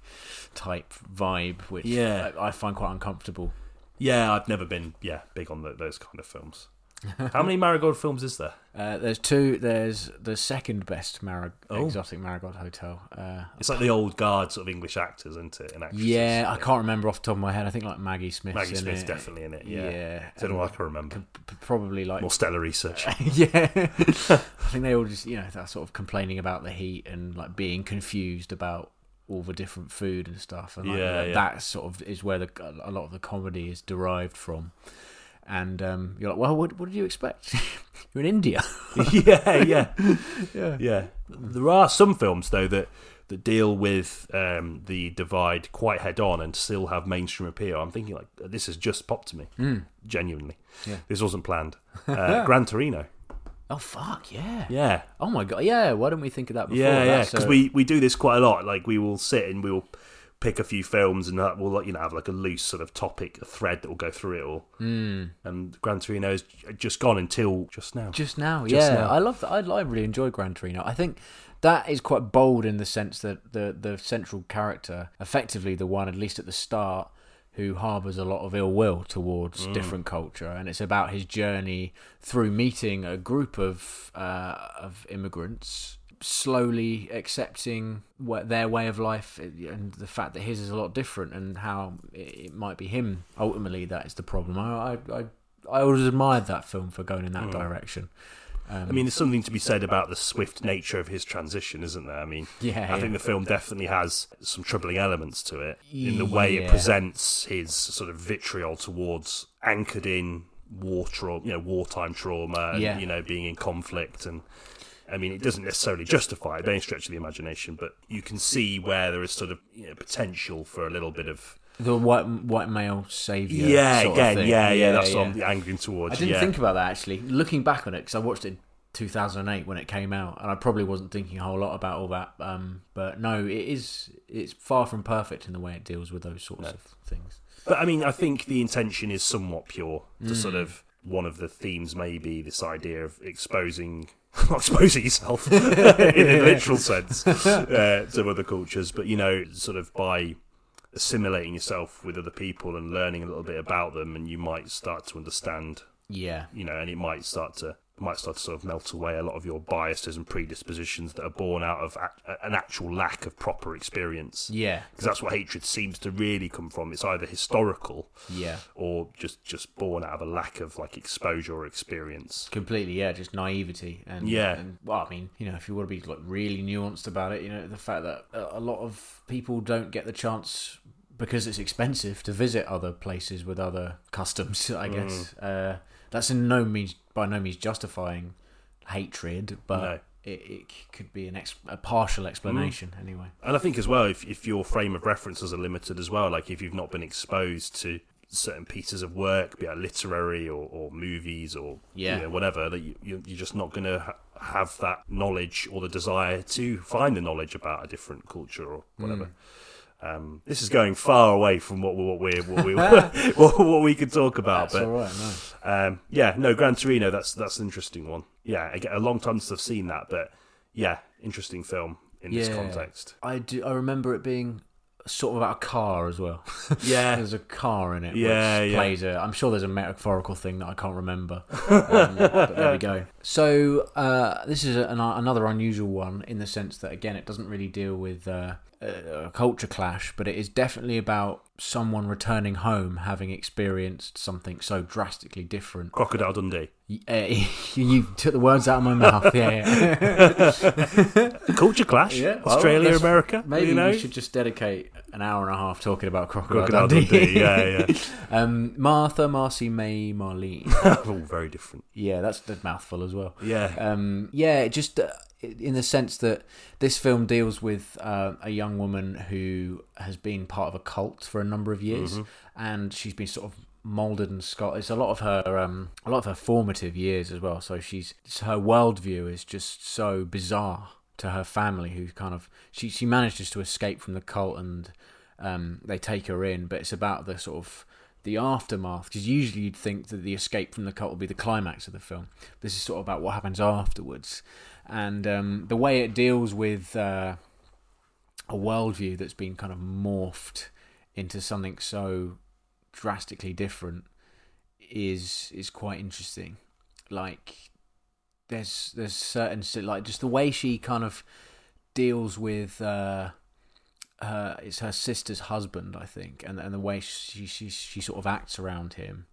[SPEAKER 2] type vibe, which
[SPEAKER 1] Yeah.
[SPEAKER 2] I, I find quite uncomfortable.
[SPEAKER 1] yeah. I've never been yeah big on tho- those kind of films. How many Marigold films is there?
[SPEAKER 2] Uh, there's two. There's the second best Marag-
[SPEAKER 1] Oh.
[SPEAKER 2] exotic Marigold Hotel. Uh,
[SPEAKER 1] It's like the old guard sort of English actors, isn't it? And actresses.
[SPEAKER 2] yeah, I can't remember off the top of my head. I think like Maggie Smith.
[SPEAKER 1] Maggie
[SPEAKER 2] in
[SPEAKER 1] Smith's
[SPEAKER 2] it.
[SPEAKER 1] definitely in it. Yeah,
[SPEAKER 2] Yeah,
[SPEAKER 1] don't know
[SPEAKER 2] and
[SPEAKER 1] why I can remember.
[SPEAKER 2] p- probably like
[SPEAKER 1] More stellar research.
[SPEAKER 2] yeah. I think they all just, you know, that sort of complaining about the heat and like being confused about all the different food and stuff. And like,
[SPEAKER 1] Yeah, yeah.
[SPEAKER 2] that sort of is where the, a lot of the comedy is derived from. And um, you're like, well, what, what did you expect? you're in India.
[SPEAKER 1] yeah, yeah,
[SPEAKER 2] Yeah.
[SPEAKER 1] yeah. There are some films though that that deal with um, the divide quite head on and still have mainstream appeal. I'm thinking like this has just popped to me, genuinely.
[SPEAKER 2] Hmm. Yeah.
[SPEAKER 1] This wasn't planned. Uh, Gran Torino.
[SPEAKER 2] oh, fuck, yeah.
[SPEAKER 1] Yeah.
[SPEAKER 2] Oh, my God. Yeah. Why didn't we think of that before?
[SPEAKER 1] Yeah, yeah,
[SPEAKER 2] That's
[SPEAKER 1] because
[SPEAKER 2] a-
[SPEAKER 1] we, we do this quite a lot. Like we will sit and we'll pick a few films and that will you know have like a loose sort of topic a thread that will go through it all.
[SPEAKER 2] Hmm.
[SPEAKER 1] Mm. And Gran Torino has j- just gone until just now.
[SPEAKER 2] Just now,
[SPEAKER 1] Just
[SPEAKER 2] yeah.
[SPEAKER 1] now.
[SPEAKER 2] I love that. I, I really enjoy Gran Torino. I think that is quite bold in the sense that the the central character, effectively the one, at least at the start, who harbours a lot of ill will towards
[SPEAKER 1] Mm.
[SPEAKER 2] different culture, and it's about his journey through meeting a group of uh, of immigrants. Slowly accepting wha- their way of life eh, and the fact that his is a lot different, and how it it might be him ultimately that is the problem. I I, I, I always admired that film for going in that
[SPEAKER 1] Mm.
[SPEAKER 2] direction.
[SPEAKER 1] I mean, there's something to be said about the swift nature of his transition, isn't there? I mean,
[SPEAKER 2] Yeah,
[SPEAKER 1] I think the
[SPEAKER 2] yeah.
[SPEAKER 1] film definitely has some troubling elements to it in the
[SPEAKER 2] Yeah.
[SPEAKER 1] way it presents his sort of vitriol towards anchored in war trauma, you know, wartime trauma, and,
[SPEAKER 2] Yeah.
[SPEAKER 1] you know, being in conflict and. I mean, it doesn't necessarily justify it by any stretch of the imagination, but you can see where there is sort of you know, potential for a little bit of
[SPEAKER 2] The white white male savior.
[SPEAKER 1] yeah,
[SPEAKER 2] sort of
[SPEAKER 1] again,
[SPEAKER 2] thing.
[SPEAKER 1] yeah, yeah, That's what I'm angling towards.
[SPEAKER 2] I didn't
[SPEAKER 1] yeah.
[SPEAKER 2] think about that actually. Looking back on it, because I watched it in 2008 when it came out, and I probably wasn't thinking a whole lot about all that. Um, but no, it is. It's far from perfect in the way it deals with those sorts of things.
[SPEAKER 1] But I mean, I think the intention is somewhat pure. To sort of one of the themes, maybe this idea of exposing, not exposing yourself in a literal sense uh, to other cultures, but you know, sort of by assimilating yourself with other people and learning a little bit about them, and you might start to understand,
[SPEAKER 2] Yeah.
[SPEAKER 1] you know, and it might start to might start to sort of melt away a lot of your biases and predispositions that are born out of a- an actual lack of proper experience.
[SPEAKER 2] Yeah.
[SPEAKER 1] Because that's what hatred seems to really come from. It's either historical
[SPEAKER 2] Yeah.
[SPEAKER 1] or just just born out of a lack of like exposure or experience.
[SPEAKER 2] Completely, yeah, just naivety and
[SPEAKER 1] Yeah.
[SPEAKER 2] And, well, I mean, you know, if you want to be like really nuanced about it, you know, the fact that a a lot of people don't get the chance because it's expensive to visit other places with other customs. I guess
[SPEAKER 1] Mm.
[SPEAKER 2] uh, that's in no means by no means justifying hatred, but
[SPEAKER 1] No.
[SPEAKER 2] it, it c- could be an ex- a partial explanation
[SPEAKER 1] Mm.
[SPEAKER 2] anyway.
[SPEAKER 1] And I think as well, if, if your frame of references are limited as well, like if you've not been exposed to certain pieces of work, be it literary or, or movies or
[SPEAKER 2] Yeah.
[SPEAKER 1] you know, whatever, that you, you- you're just not going to ha- have that knowledge or the desire to find the knowledge about a different culture or
[SPEAKER 2] Hmm.
[SPEAKER 1] whatever. Um, this is going far away from what we- what we what we what, what we could talk about, but
[SPEAKER 2] That's all right. No.
[SPEAKER 1] um, yeah, no, Gran Torino. That's that's an interesting one. Yeah, I get a long time since I've seen that, but yeah, interesting film in this
[SPEAKER 2] Yeah.
[SPEAKER 1] context.
[SPEAKER 2] I do. I remember it being sort of about a car as well.
[SPEAKER 1] Yeah.
[SPEAKER 2] there's a car in it.
[SPEAKER 1] Yeah,
[SPEAKER 2] which
[SPEAKER 1] yeah.
[SPEAKER 2] Plays a, I'm sure there's a metaphorical thing that I can't remember. Um, but there we go. So uh, this is an, another unusual one in the sense that again, it doesn't really deal with. Uh, a a culture clash, but it is definitely about someone returning home having experienced something so drastically different.
[SPEAKER 1] Crocodile Dundee.
[SPEAKER 2] Uh, you took the words out of my mouth. Yeah, yeah.
[SPEAKER 1] Culture clash.
[SPEAKER 2] Yeah, well,
[SPEAKER 1] Australia,
[SPEAKER 2] that's-
[SPEAKER 1] America.
[SPEAKER 2] Maybe
[SPEAKER 1] you know?
[SPEAKER 2] we should just dedicate an hour and a half talking about Crocodile,
[SPEAKER 1] Crocodile
[SPEAKER 2] Dundee.
[SPEAKER 1] Dundee. Yeah, yeah.
[SPEAKER 2] Um, Martha, Marcy, May, Marlene.
[SPEAKER 1] All very different.
[SPEAKER 2] yeah, that's the mouthful as well.
[SPEAKER 1] Yeah.
[SPEAKER 2] Um, yeah, just uh, in the sense that this film deals with uh, a young woman who has been part of a cult for a number of years,
[SPEAKER 1] Mm-hmm.
[SPEAKER 2] and she's been sort of molded and scarred. It's a lot of her, um, a lot of her formative years as well. So she's her worldview is just so bizarre to her family, who kind of she she manages to escape from the cult and um, they take her in, but it's about the sort of the aftermath because usually you'd think that the escape from the cult would be the climax of the film. This is sort of about what happens afterwards, and um, the way it deals with uh, a worldview that's been kind of morphed into something so drastically different is is quite interesting. Like there's there's certain like just the way she kind of deals with. Uh, her it's her sister's husband, I think, and and the way she she she sort of acts around him,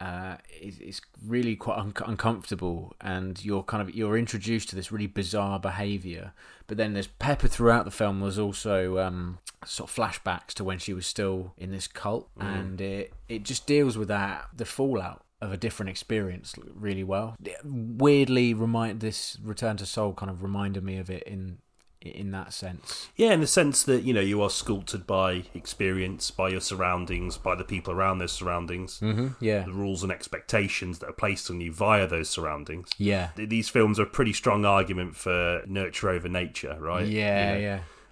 [SPEAKER 2] uh, is is really quite un- uncomfortable. And you're kind of you're introduced to this really bizarre behaviour. But then there's pepper throughout the film. There's also um, sort of flashbacks to when she was still in this cult, and it it just deals with that the fallout of a different experience really well. Weirdly, remind this Return to Soul kind of reminded me of it in in that sense.
[SPEAKER 1] yeah, in the sense that you know you are sculpted by experience, by your surroundings, by the people around those surroundings,
[SPEAKER 2] Mm-hmm. Yeah.
[SPEAKER 1] the rules and expectations that are placed on you via those surroundings.
[SPEAKER 2] Yeah.
[SPEAKER 1] Th- These films are a pretty strong argument for nurture over nature, right?
[SPEAKER 2] Yeah,
[SPEAKER 1] You know,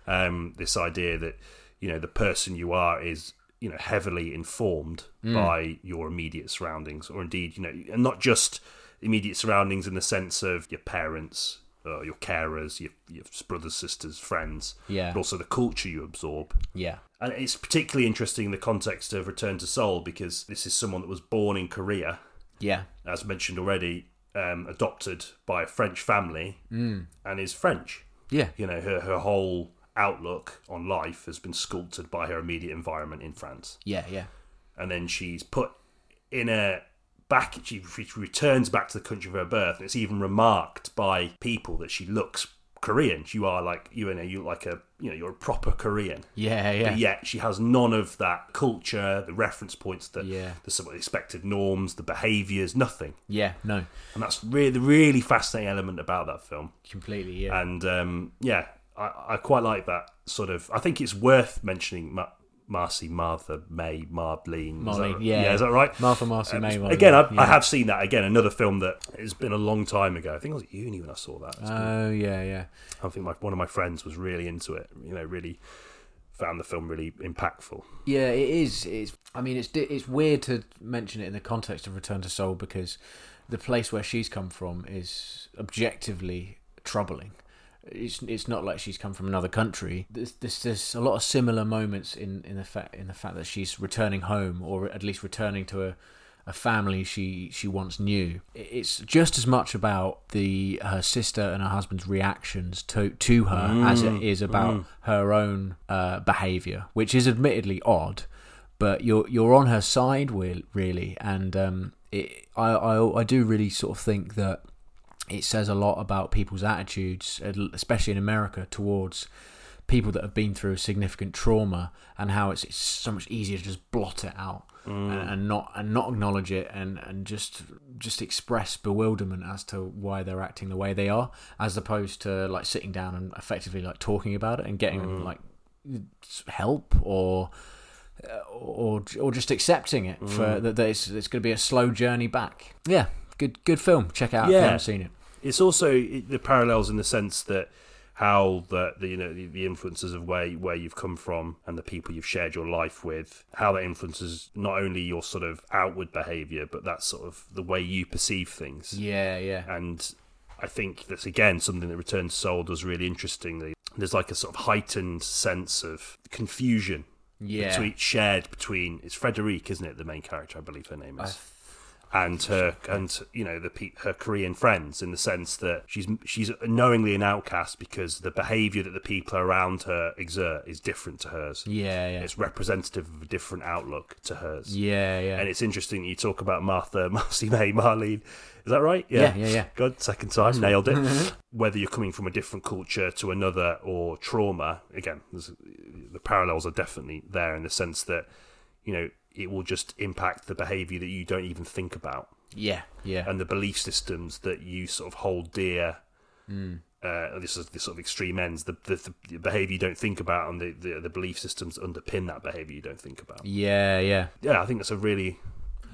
[SPEAKER 2] yeah.
[SPEAKER 1] um, this idea that you know the person you are is you know heavily informed by your immediate surroundings, or indeed you know, and not just immediate surroundings in the sense of your parents, uh, your carers, your, your brothers, sisters, friends,
[SPEAKER 2] Yeah.
[SPEAKER 1] but also the culture you absorb.
[SPEAKER 2] Yeah.
[SPEAKER 1] And it's particularly interesting in the context of Return to Seoul because this is someone that was born in Korea
[SPEAKER 2] Yeah.
[SPEAKER 1] as mentioned already, um, adopted by a French family and is French.
[SPEAKER 2] Yeah.
[SPEAKER 1] You know, her, her whole outlook on life has been sculpted by her immediate environment in France.
[SPEAKER 2] Yeah, yeah.
[SPEAKER 1] And then she's put in a back, she, she returns back to the country of her birth. And it's even remarked by people that she looks Korean. You are like, you know, you like a, you know, you're a proper Korean
[SPEAKER 2] Yeah, yeah.
[SPEAKER 1] but yet she has none of that culture, the reference points, the
[SPEAKER 2] Yeah.
[SPEAKER 1] the sort of expected norms, the behaviours, nothing.
[SPEAKER 2] Yeah, no.
[SPEAKER 1] And that's really the really fascinating element about that film.
[SPEAKER 2] Completely, yeah.
[SPEAKER 1] And um, yeah, I, I quite like that sort of. I think it's worth mentioning. Ma- Marcy, Martha, May, Marlene. Is that
[SPEAKER 2] Marlene,
[SPEAKER 1] right?
[SPEAKER 2] yeah.
[SPEAKER 1] Is that right?
[SPEAKER 2] Martha, Marcy, May, Marlene,
[SPEAKER 1] Again, I,
[SPEAKER 2] yeah.
[SPEAKER 1] I have seen that. Again, another film that has been a long time ago. I think I was at uni when I saw that. It's
[SPEAKER 2] Oh, yeah, yeah.
[SPEAKER 1] I think my, one of my friends was really into it. You know, really found the film really impactful.
[SPEAKER 2] Yeah, it is. It's. I mean, it's di- it's weird to mention it in the context of Return to Seoul because the place where she's come from is objectively troubling. It's it's not like she's come from another country. There's there's, there's a lot of similar moments in, in the fact in the fact that she's returning home or at least returning to a a family she she once knew. It- It's just as much about the her sister and her husband's reactions to to her as it is about her own uh, behaviour, which is admittedly odd, but you're you're on her side, wi- really, and um, it, I, I I do really sort of think that it says a lot about people's attitudes, especially in America, towards people that have been through significant trauma and how it's, it's so much easier to just blot it out and, and not and not acknowledge it and, and just just express bewilderment as to why they're acting the way they are, as opposed to like sitting down and effectively like talking about it and getting like help or uh, or or just accepting it for that, that it's it's going to be a slow journey back. Yeah, good good film. Check it out if
[SPEAKER 1] Yeah.
[SPEAKER 2] you haven't seen it.
[SPEAKER 1] it's also the parallels in the sense that how the, the you know the, the influences of where where you've come from and the people you've shared your life with how that influences not only your sort of outward behavior but that sort of the way you perceive things
[SPEAKER 2] Yeah, yeah,
[SPEAKER 1] and I think that's again something that Return to Soul does really interestingly. There's like a sort of heightened sense of confusion
[SPEAKER 2] yeah.
[SPEAKER 1] between shared between it's Frederique, isn't it? The main character, I believe her name
[SPEAKER 2] I
[SPEAKER 1] is. and her and you know the pe- her Korean friends in the sense that she's she's knowingly an outcast because the behaviour that the people around her exert is different to hers.
[SPEAKER 2] Yeah, yeah,
[SPEAKER 1] It's representative of a different outlook to hers.
[SPEAKER 2] yeah, yeah.
[SPEAKER 1] And it's interesting that you talk about Martha, Marcy May, Marlene. Is that right?
[SPEAKER 2] Yeah, yeah, yeah.
[SPEAKER 1] God, second time, nailed it. Whether you're coming from a different culture to another or trauma, again, there's, the parallels are definitely there in the sense that, you know, it will just impact the behavior that you don't even think about
[SPEAKER 2] yeah, yeah,
[SPEAKER 1] and the belief systems that you sort of hold dear.
[SPEAKER 2] Mm.
[SPEAKER 1] Uh, this is the sort of extreme ends, the, the, the behavior you don't think about and the, the, the belief systems that underpin that behavior you don't think about.
[SPEAKER 2] yeah, yeah,
[SPEAKER 1] Yeah, I think that's a really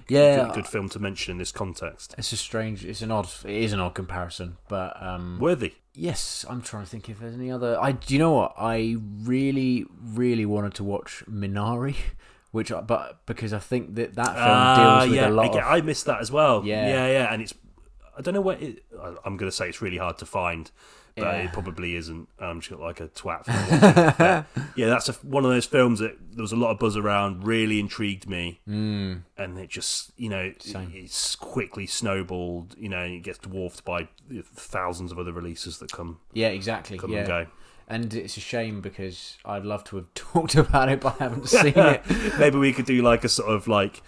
[SPEAKER 2] yeah.
[SPEAKER 1] good, good film to mention in this context.
[SPEAKER 2] It's a strange. It's an odd. It is an odd comparison, but um,
[SPEAKER 1] Worthy.
[SPEAKER 2] yes, I'm trying to think if there's any other. I do you know what I really, really wanted to watch Minari, which I, but because I think that that film deals with
[SPEAKER 1] Ah, Uh, yeah,
[SPEAKER 2] a lot.
[SPEAKER 1] I, get-
[SPEAKER 2] of,
[SPEAKER 1] I missed that as well.
[SPEAKER 2] Yeah.
[SPEAKER 1] yeah, yeah. And it's I don't know where it, I- I'm going to say it's really hard to find, but
[SPEAKER 2] Yeah.
[SPEAKER 1] it probably isn't. I'm just like a twat. For watching it. But, yeah, that's a, one of those films that there was a lot of buzz around. Really intrigued me, and it just you know it-
[SPEAKER 2] Mm. Same.
[SPEAKER 1] it's quickly snowballed. You know, and it gets dwarfed by thousands of other releases that come
[SPEAKER 2] yeah, exactly.
[SPEAKER 1] come
[SPEAKER 2] yeah.
[SPEAKER 1] and go.
[SPEAKER 2] And it's a shame because I'd love to have talked about it, but I haven't seen it.
[SPEAKER 1] Maybe we could do like a sort of like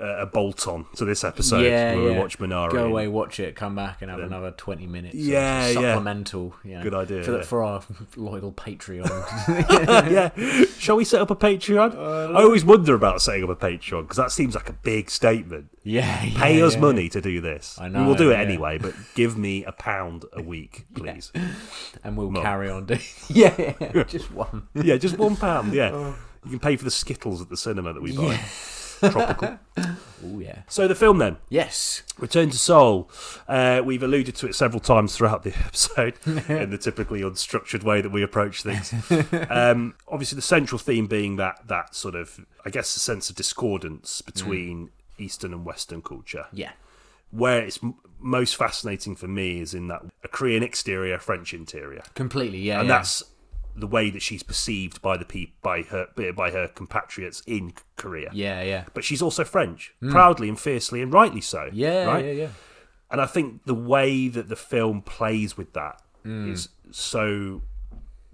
[SPEAKER 1] uh, a bolt on to this episode
[SPEAKER 2] Yeah,
[SPEAKER 1] where we
[SPEAKER 2] yeah.
[SPEAKER 1] watch Minari.
[SPEAKER 2] Go
[SPEAKER 1] and-
[SPEAKER 2] away, watch it, come back, and have another twenty minutes. of
[SPEAKER 1] Yeah, yeah.
[SPEAKER 2] supplemental. Yeah,
[SPEAKER 1] Good idea,
[SPEAKER 2] for, the-
[SPEAKER 1] yeah.
[SPEAKER 2] for our loyal Patreon.
[SPEAKER 1] yeah. Shall we set up a Patreon? I always wonder about setting up a Patreon because that seems like a big statement.
[SPEAKER 2] yeah, yeah,
[SPEAKER 1] Pay us
[SPEAKER 2] yeah.
[SPEAKER 1] money to do this.
[SPEAKER 2] I
[SPEAKER 1] We'll
[SPEAKER 2] know,
[SPEAKER 1] do it
[SPEAKER 2] yeah.
[SPEAKER 1] anyway, but give me a pound a week, please. Yeah,
[SPEAKER 2] and we'll carry on doing. yeah, yeah, yeah, just one.
[SPEAKER 1] just one pound. Yeah. You can pay for the Skittles at the cinema that we buy. Tropical.
[SPEAKER 2] Oh yeah.
[SPEAKER 1] So the film then,
[SPEAKER 2] Yes.
[SPEAKER 1] Return to Soul. Uh, we've alluded to it several times throughout the episode in the typically unstructured way that we approach things. um, obviously, the central theme being that that sort of, I guess, a sense of discordance
[SPEAKER 2] Mm.
[SPEAKER 1] between Eastern and Western culture.
[SPEAKER 2] Yeah.
[SPEAKER 1] Where it's m- most fascinating for me is in that a Korean exterior, French interior,
[SPEAKER 2] Completely. Yeah.
[SPEAKER 1] and
[SPEAKER 2] yeah.
[SPEAKER 1] that's the way that she's perceived by the peop by her by her compatriots in Korea.
[SPEAKER 2] Yeah. Yeah.
[SPEAKER 1] But she's also French, proudly and fiercely, and rightly so.
[SPEAKER 2] Yeah.
[SPEAKER 1] right?
[SPEAKER 2] Yeah. Yeah.
[SPEAKER 1] And I think the way that the film plays with that is
[SPEAKER 2] Mm.
[SPEAKER 1] so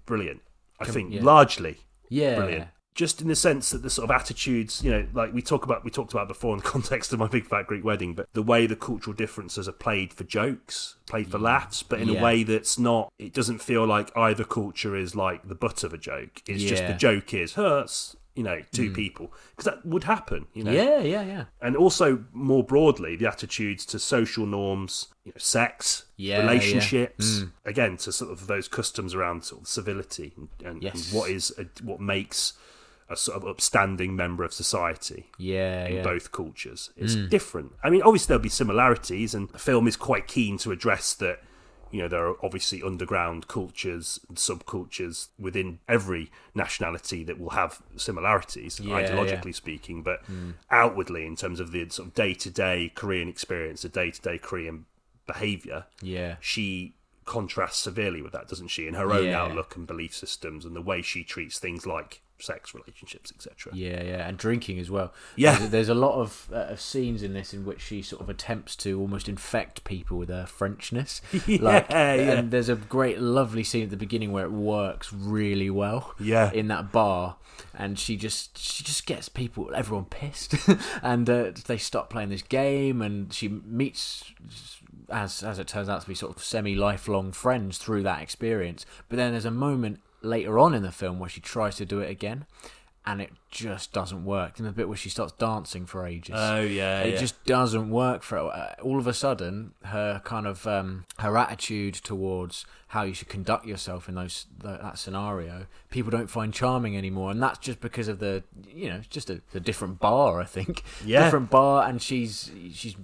[SPEAKER 1] brilliant. I think
[SPEAKER 2] yeah.
[SPEAKER 1] largely
[SPEAKER 2] Yeah.
[SPEAKER 1] brilliant. Just in the sense that the sort of attitudes, you know, like we talk about, we talked about before in the context of my big fat Greek wedding, but the way the cultural differences are played for jokes, played for laughs, but in a
[SPEAKER 2] Mm. Yeah.
[SPEAKER 1] way that's not, it doesn't feel like either culture is like the butt of a joke. It's just the
[SPEAKER 2] Yeah. Mm.
[SPEAKER 1] joke is hurts, you know, two people because that would happen, you know
[SPEAKER 2] Yeah. Yeah. Yeah.
[SPEAKER 1] and also more broadly the attitudes to social norms you know sex
[SPEAKER 2] Yeah, Mm.
[SPEAKER 1] relationships again to sort of those customs around sort of civility and, and,
[SPEAKER 2] Yes.
[SPEAKER 1] and what is a, what makes a sort of upstanding member of society
[SPEAKER 2] Yeah.
[SPEAKER 1] in
[SPEAKER 2] yeah. Mm.
[SPEAKER 1] both cultures it's different i mean obviously there'll be similarities and the film is quite keen to address that you know there are obviously underground cultures and subcultures within every nationality that will have similarities
[SPEAKER 2] Yeah, Mm.
[SPEAKER 1] ideologically speaking but outwardly in terms of the sort of day-to-day korean experience the day-to-day korean behavior
[SPEAKER 2] Yeah.
[SPEAKER 1] she contrasts severely with that doesn't she in her own
[SPEAKER 2] Yeah.
[SPEAKER 1] outlook and belief systems and the way she treats things like sex, relationships, etc.
[SPEAKER 2] Yeah, yeah, and drinking as well.
[SPEAKER 1] Yeah.
[SPEAKER 2] There's, there's a lot of, uh, of scenes in this in which she sort of attempts to almost infect people with her Frenchness.
[SPEAKER 1] Yeah, yeah.
[SPEAKER 2] And there's a great, lovely scene at the beginning where it works really well.
[SPEAKER 1] Yeah.
[SPEAKER 2] In that bar, and she just she just gets people, everyone pissed, and uh, they start playing this game, and she meets. As, as it turns out to be sort of semi lifelong friends through that experience. But then there's a moment later on in the film where she tries to do it again and it just doesn't work. And the bit where she starts dancing for ages.
[SPEAKER 1] Oh yeah,
[SPEAKER 2] it
[SPEAKER 1] yeah.
[SPEAKER 2] just doesn't work for her. Uh, All of a sudden, her kind of um, her attitude towards how you should conduct yourself in those tha- that scenario, people don't find charming anymore, and that's just because of the you know it's just a, the different bar. I think
[SPEAKER 1] Yeah.
[SPEAKER 2] different bar, and she's she's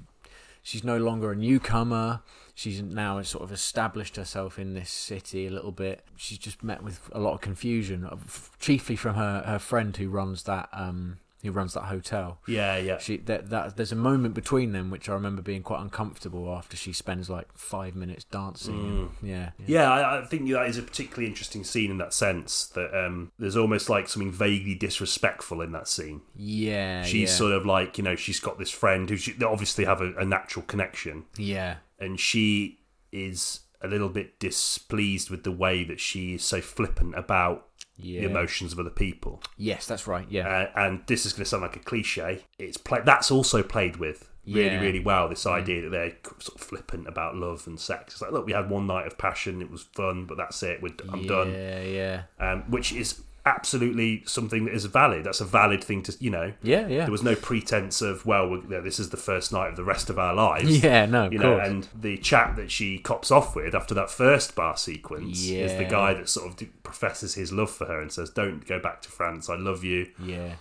[SPEAKER 2] she's no longer a newcomer. She's now sort of established herself in this city a little bit. She's just met with a lot of confusion, of- chiefly from her, her friend who runs that um, who runs that hotel.
[SPEAKER 1] yeah, yeah.
[SPEAKER 2] She that, that there's a moment between them which I remember being quite uncomfortable after she spends like five minutes dancing.
[SPEAKER 1] Mm.
[SPEAKER 2] and- yeah,
[SPEAKER 1] Yeah, I, I think that is a particularly interesting scene in that sense. That um, there's almost like something vaguely disrespectful in that scene.
[SPEAKER 2] yeah,
[SPEAKER 1] She's
[SPEAKER 2] Uh, yeah.
[SPEAKER 1] sort of like, you know, she's got this friend who she, they obviously have a, a natural connection,
[SPEAKER 2] yeah,
[SPEAKER 1] and she is a little bit displeased with the way that she is so flippant about
[SPEAKER 2] yeah.
[SPEAKER 1] the emotions of other people.
[SPEAKER 2] Yes, that's right. Yeah,
[SPEAKER 1] Uh, and this is going to sound like a cliche. It's play- that's also played with really,
[SPEAKER 2] Yeah. Mm.
[SPEAKER 1] really well. This idea that they're sort of flippant about love and sex. It's like, look, we had one night of passion. It was fun, but that's it. We're d- I'm done.
[SPEAKER 2] Yeah, yeah,
[SPEAKER 1] Um, which is absolutely something that is valid. That's a valid thing to you know.
[SPEAKER 2] yeah, yeah.
[SPEAKER 1] There was no pretense of well, we're, you know, this is the first night of the rest of our lives.
[SPEAKER 2] yeah, no, of
[SPEAKER 1] You know,
[SPEAKER 2] course.
[SPEAKER 1] and the chap that she cops off with after that first bar sequence is the
[SPEAKER 2] Yeah.
[SPEAKER 1] guy that sort of d- professes his love for her and says, "Don't go back to France. I love you."
[SPEAKER 2] yeah,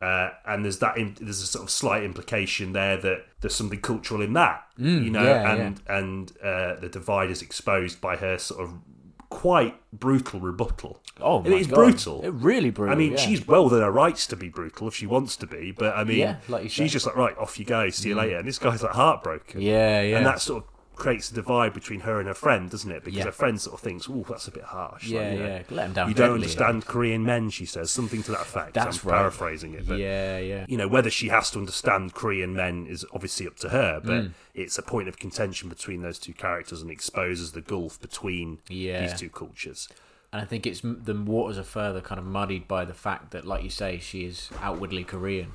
[SPEAKER 1] Uh, and there's that im there's a sort of slight implication there that there's something cultural in that, you know,
[SPEAKER 2] Mm, yeah,
[SPEAKER 1] and and uh, the divide is exposed by her sort of quite brutal rebuttal.
[SPEAKER 2] oh,
[SPEAKER 1] It
[SPEAKER 2] my
[SPEAKER 1] is
[SPEAKER 2] God.
[SPEAKER 1] brutal.
[SPEAKER 2] It really brutal.
[SPEAKER 1] I mean,
[SPEAKER 2] yeah.
[SPEAKER 1] she's well within her rights to be brutal if she wants to be, but I mean,
[SPEAKER 2] Yeah, like you
[SPEAKER 1] she's
[SPEAKER 2] say. Mm.
[SPEAKER 1] just like, right, off you go, see you later. And this guy's like heartbroken.
[SPEAKER 2] yeah, yeah,
[SPEAKER 1] And that sort of creates a divide between her and her friend, doesn't it? Because
[SPEAKER 2] Yeah.
[SPEAKER 1] her friend sort of thinks, oh, that's a bit harsh.
[SPEAKER 2] yeah,
[SPEAKER 1] Like, you know,
[SPEAKER 2] yeah. Let him down.
[SPEAKER 1] You don't
[SPEAKER 2] gently.
[SPEAKER 1] understand Korean men, she says, something to that effect.
[SPEAKER 2] That's
[SPEAKER 1] I'm
[SPEAKER 2] right.
[SPEAKER 1] paraphrasing it, but
[SPEAKER 2] Yeah, yeah.
[SPEAKER 1] you know whether she has to understand Korean men is obviously up to her, but it's a point of contention between those two characters and exposes the gulf between
[SPEAKER 2] Yeah.
[SPEAKER 1] these two cultures.
[SPEAKER 2] And I think it's m- the waters are further kind of muddied by the fact that, like you say, she is outwardly Korean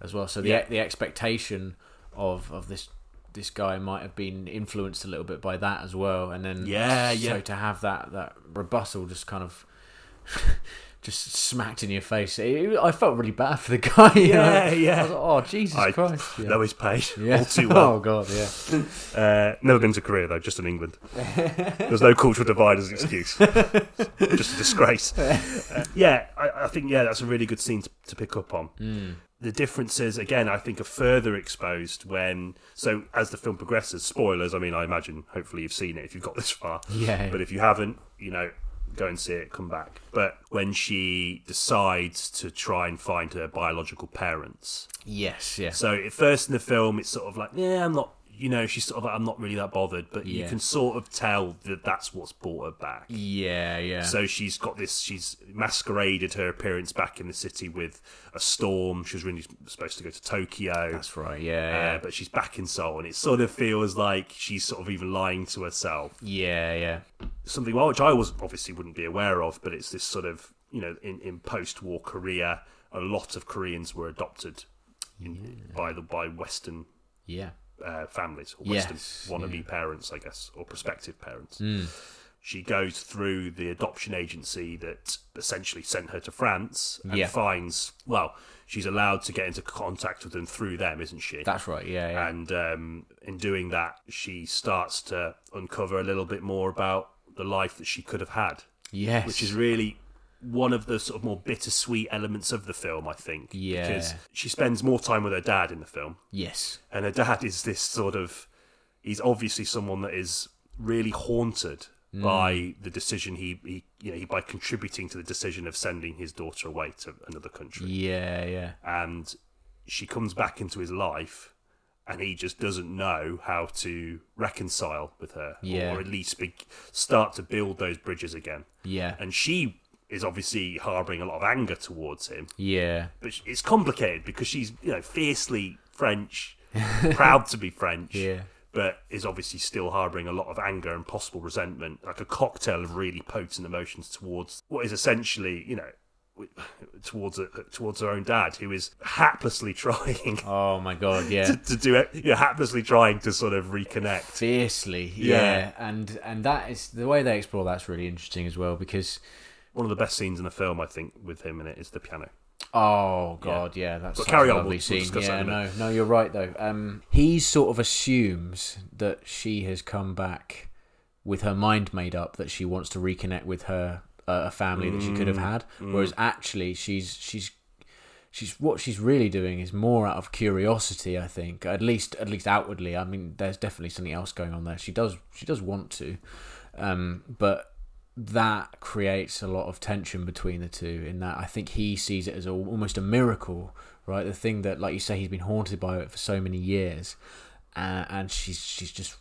[SPEAKER 2] as well. So the e,
[SPEAKER 1] Yeah.
[SPEAKER 2] the expectation of of this this guy might have been influenced a little bit by that as well. And then
[SPEAKER 1] Yeah,
[SPEAKER 2] so
[SPEAKER 1] yeah.
[SPEAKER 2] to have that that rebuttal just kind of. Just smacked in your face. It- I felt really bad for the guy. you know?
[SPEAKER 1] Yeah, yeah.
[SPEAKER 2] I was like, oh Jesus
[SPEAKER 1] I
[SPEAKER 2] Christ! Yeah.
[SPEAKER 1] know his pain
[SPEAKER 2] Yeah.
[SPEAKER 1] all too well.
[SPEAKER 2] Oh god, yeah.
[SPEAKER 1] Uh, never been to Korea though, just in England. There's no cultural divide as an excuse. just a disgrace. Uh, yeah, I, I think yeah, that's a really good scene to, to pick up on. The differences again, I think, are further exposed when. So as the film progresses, spoilers. I mean, I imagine hopefully you've seen it if you've got this far.
[SPEAKER 2] Yeah.
[SPEAKER 1] But if you haven't, you know. Go and see it, come back. But when she decides to try and find her biological parents,
[SPEAKER 2] Yes, yeah.
[SPEAKER 1] so at first in the film, it's sort of like, yeah, I'm not, you know, she's sort of like, I'm not really that bothered, but you
[SPEAKER 2] Yeah.
[SPEAKER 1] can sort of tell that that's what's brought her back.
[SPEAKER 2] Yeah, yeah.
[SPEAKER 1] So she's got this, she's masqueraded her appearance back in the city with a storm. She was really supposed to go to Tokyo.
[SPEAKER 2] That's right,
[SPEAKER 1] uh,
[SPEAKER 2] yeah.
[SPEAKER 1] But she's back in Seoul, and it sort of feels like she's sort of even lying to herself
[SPEAKER 2] yeah, yeah.
[SPEAKER 1] something well, which I was obviously wouldn't be aware of, but it's this sort of you know in, in post-war Korea, a lot of Koreans were adopted in, by the by Western
[SPEAKER 2] Yeah.
[SPEAKER 1] uh, families or Western
[SPEAKER 2] Yes, Hmm.
[SPEAKER 1] wannabe parents, I guess, or prospective parents. She goes through the adoption agency that essentially sent her to France and
[SPEAKER 2] Yeah.
[SPEAKER 1] finds well, she's allowed to get into contact with them through them, isn't she?
[SPEAKER 2] That's right, yeah, yeah.
[SPEAKER 1] and um, in doing that, she starts to uncover a little bit more about the life that she could have had,
[SPEAKER 2] yes.
[SPEAKER 1] which is really one of the sort of more bittersweet elements of the film, I think.
[SPEAKER 2] Yeah.
[SPEAKER 1] Because she spends more time with her dad in the film,
[SPEAKER 2] Yes.
[SPEAKER 1] and her dad is this sort of. He's obviously someone that is really haunted by the decision he, he you know he, by contributing to the decision of sending his daughter away to another country
[SPEAKER 2] Yeah, yeah.
[SPEAKER 1] and she comes back into his life and he just doesn't know how to reconcile with her
[SPEAKER 2] Yeah.
[SPEAKER 1] or at least be- start to build those bridges again
[SPEAKER 2] Yeah.
[SPEAKER 1] and she is obviously harboring a lot of anger towards him.
[SPEAKER 2] Yeah.
[SPEAKER 1] But sh- it's complicated because she's you know fiercely French, proud to be French.
[SPEAKER 2] Yeah.
[SPEAKER 1] But is obviously still harboring a lot of anger and possible resentment, like a cocktail of really potent emotions towards what is essentially, you know, w- towards a, towards her own dad, who is haplessly trying
[SPEAKER 2] Oh my god.
[SPEAKER 1] to,
[SPEAKER 2] Yeah.
[SPEAKER 1] to do it, you know, haplessly trying to sort of reconnect.
[SPEAKER 2] Fiercely.
[SPEAKER 1] Yeah.
[SPEAKER 2] Yeah. And and that is the way they explore that's really interesting as well because
[SPEAKER 1] One of the best scenes in the film, I think, with him in it is the piano.
[SPEAKER 2] Oh God, yeah, that's
[SPEAKER 1] But
[SPEAKER 2] such
[SPEAKER 1] carry
[SPEAKER 2] a
[SPEAKER 1] on,
[SPEAKER 2] lovely
[SPEAKER 1] we'll- we'll
[SPEAKER 2] scene.
[SPEAKER 1] discuss that
[SPEAKER 2] yeah,
[SPEAKER 1] in a
[SPEAKER 2] no,
[SPEAKER 1] minute.
[SPEAKER 2] no, you're right though. Um, he sort of assumes that she has come back with her mind made up that she wants to reconnect with her uh, a family that she could have
[SPEAKER 1] Mm,
[SPEAKER 2] had, whereas actually she's she's she's what she's really doing is more out of curiosity. I think, at least at least outwardly. I mean, there's definitely something else going on there. She does she does want to, um, but that creates a lot of tension between the two in that i think he sees it as a, almost a miracle right the thing that like you say he's been haunted by it for so many years uh, and she's she's just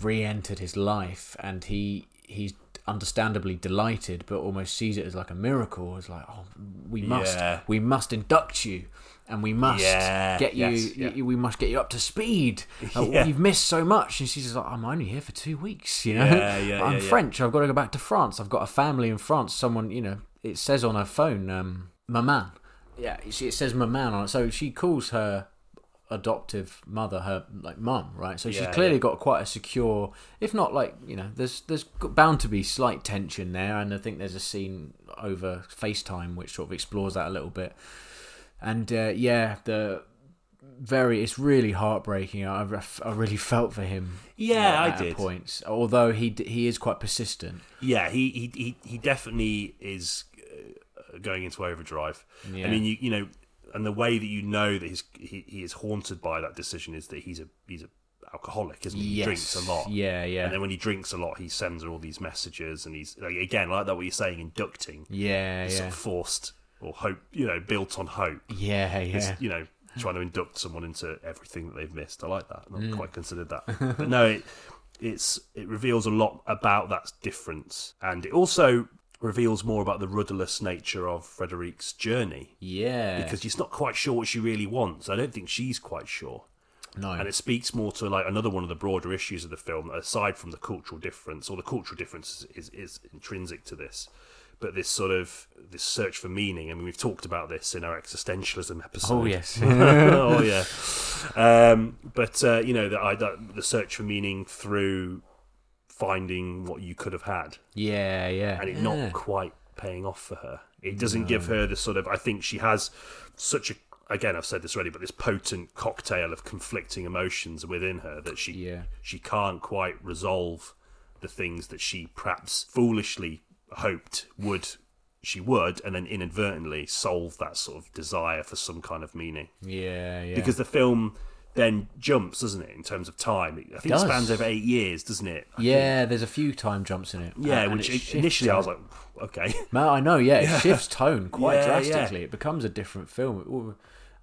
[SPEAKER 2] re-entered his life and he he's understandably delighted but almost sees it as like a miracle it's like oh we must
[SPEAKER 1] Yeah.
[SPEAKER 2] we must induct you and we must
[SPEAKER 1] Yeah,
[SPEAKER 2] get you
[SPEAKER 1] yes, yeah.
[SPEAKER 2] y- we must get you up to speed Uh,
[SPEAKER 1] Yeah.
[SPEAKER 2] you've missed so much and she's just like i'm only here for two weeks you know
[SPEAKER 1] Yeah, yeah,
[SPEAKER 2] i'm
[SPEAKER 1] yeah, yeah.
[SPEAKER 2] French. French. I've got to go back to France. I've got a family in France. Someone, you know, it says on her phone, um, maman. Yeah, she, it says maman on it. So she calls her adoptive mother her like mum, right? So
[SPEAKER 1] Yeah,
[SPEAKER 2] she's clearly
[SPEAKER 1] yeah.
[SPEAKER 2] got quite a secure, if not like you know, there's there's bound to be slight tension there, and I think there's a scene over FaceTime which sort of explores that a little bit. And uh, yeah, the very it's really heartbreaking. I, ref- I really felt for him.
[SPEAKER 1] Yeah, I
[SPEAKER 2] at
[SPEAKER 1] did.
[SPEAKER 2] points. Although he d- he is quite persistent.
[SPEAKER 1] Yeah, he he he, he definitely is uh, going into overdrive. I
[SPEAKER 2] Yeah.
[SPEAKER 1] mean, you you know, and the way that you know that he's he, he is haunted by that decision is that he's a he's a alcoholic, isn't he? He
[SPEAKER 2] Yes.
[SPEAKER 1] drinks a lot.
[SPEAKER 2] Yeah, yeah.
[SPEAKER 1] And then when he drinks a lot, he sends her all these messages, and he's like, again like that. What you're saying, inducting,
[SPEAKER 2] yeah,
[SPEAKER 1] sort
[SPEAKER 2] yeah.
[SPEAKER 1] of forced or hope, you know, built on hope.
[SPEAKER 2] yeah, yeah.
[SPEAKER 1] It's, you know, trying to induct someone into everything that they've missed. I like that. I've
[SPEAKER 2] Mm.
[SPEAKER 1] not quite considered that. But no, it, it's it reveals a lot about that difference, and it also reveals more about the rudderless nature of Frederique's journey
[SPEAKER 2] Yeah.
[SPEAKER 1] because she's not quite sure what she really wants. I don't think she's quite sure.
[SPEAKER 2] no.
[SPEAKER 1] And it speaks more to like another one of the broader issues of the film, aside from the cultural difference, or the cultural difference is, is, is intrinsic to this. But this sort of this search for meaning. I mean, we've talked about this in our existentialism episode.
[SPEAKER 2] oh yes.
[SPEAKER 1] oh yeah. Um, but uh, you know that I that, the search for meaning through finding what you could have had,
[SPEAKER 2] yeah, yeah.
[SPEAKER 1] and it
[SPEAKER 2] yeah.
[SPEAKER 1] not quite paying off for her. It doesn't give her the sort of. I think she has such a. Again, I've said this already, but this potent cocktail of conflicting emotions within her that she
[SPEAKER 2] Yeah.
[SPEAKER 1] she can't quite resolve the things that she perhaps foolishly hoped would she would, and then inadvertently solve that sort of desire for some kind of meaning
[SPEAKER 2] Yeah, yeah.
[SPEAKER 1] because the film then jumps, doesn't it, in terms of time? I think it
[SPEAKER 2] does.
[SPEAKER 1] spans over eight years, doesn't it?
[SPEAKER 2] yeah, there's a few time jumps in it.
[SPEAKER 1] Yeah,
[SPEAKER 2] and
[SPEAKER 1] which
[SPEAKER 2] it shifts
[SPEAKER 1] initially I
[SPEAKER 2] tone.
[SPEAKER 1] was like, okay,
[SPEAKER 2] No, I know. Yeah, it shifts tone quite
[SPEAKER 1] Yeah, yeah.
[SPEAKER 2] drastically. It becomes a different film,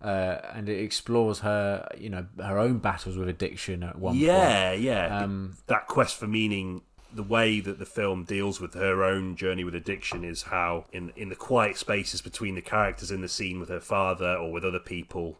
[SPEAKER 2] uh, and it explores her, you know, her own battles with addiction at one Um, point.
[SPEAKER 1] yeah, yeah. that quest for meaning, the way that the film deals with her own journey with addiction is how, in in the quiet spaces between the characters in the scene with her father or with other people,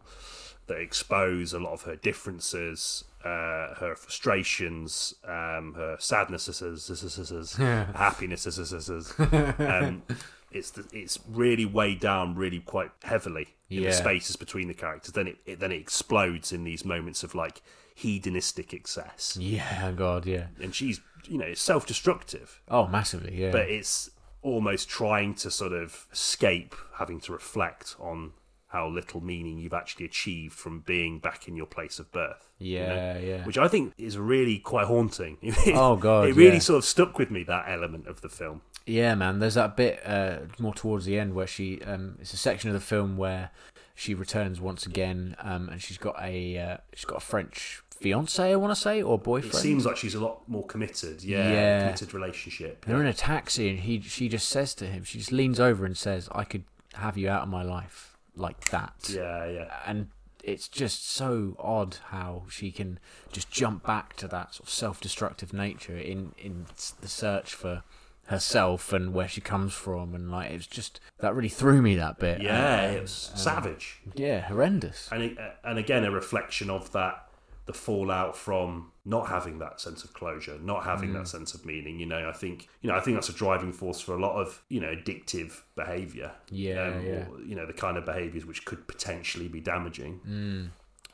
[SPEAKER 1] that expose a lot of her differences, uh, her frustrations, um, her sadnesses, happinesses. Um, it's the, it's really weighed down really quite heavily in
[SPEAKER 2] Yeah.
[SPEAKER 1] the spaces between the characters. Then it, it then it explodes in these moments of like hedonistic excess,
[SPEAKER 2] Yeah, God, yeah.
[SPEAKER 1] and she's you know self destructive,
[SPEAKER 2] Oh, massively, yeah.
[SPEAKER 1] but it's almost trying to sort of escape having to reflect on how little meaning you've actually achieved from being back in your place of birth. you know?
[SPEAKER 2] yeah, yeah.
[SPEAKER 1] Which I think is really quite haunting.
[SPEAKER 2] Oh, God,
[SPEAKER 1] It really
[SPEAKER 2] yeah.
[SPEAKER 1] sort of stuck with me that element of the film.
[SPEAKER 2] Yeah, man. There's that bit uh, more towards the end where she. Um, it's a section of the film where she returns once again, um, and she's got a uh, she's got a French fiance, I want to say, or boyfriend.
[SPEAKER 1] It seems like she's a lot more committed. Yeah,
[SPEAKER 2] Yeah.
[SPEAKER 1] committed relationship.
[SPEAKER 2] They're in a taxi, and he she just says to him, she just leans over and says, "I could have you out of my life like that."
[SPEAKER 1] Yeah, yeah,
[SPEAKER 2] and it's just so odd how she can just jump back to that sort of self-destructive nature in in s- the search for herself and where she comes from, and like it's just that really threw me that bit.
[SPEAKER 1] Yeah,
[SPEAKER 2] Uh,
[SPEAKER 1] it was savage.
[SPEAKER 2] yeah, horrendous.
[SPEAKER 1] and it, uh, and again a reflection of that the fallout from not having that sense of closure not having
[SPEAKER 2] Mm.
[SPEAKER 1] that sense of meaning you know i think you know i think that's a driving force for a lot of you know addictive behavior Um,
[SPEAKER 2] Yeah, yeah.
[SPEAKER 1] Or, you know the kind of behaviors which could potentially be damaging
[SPEAKER 2] Mm.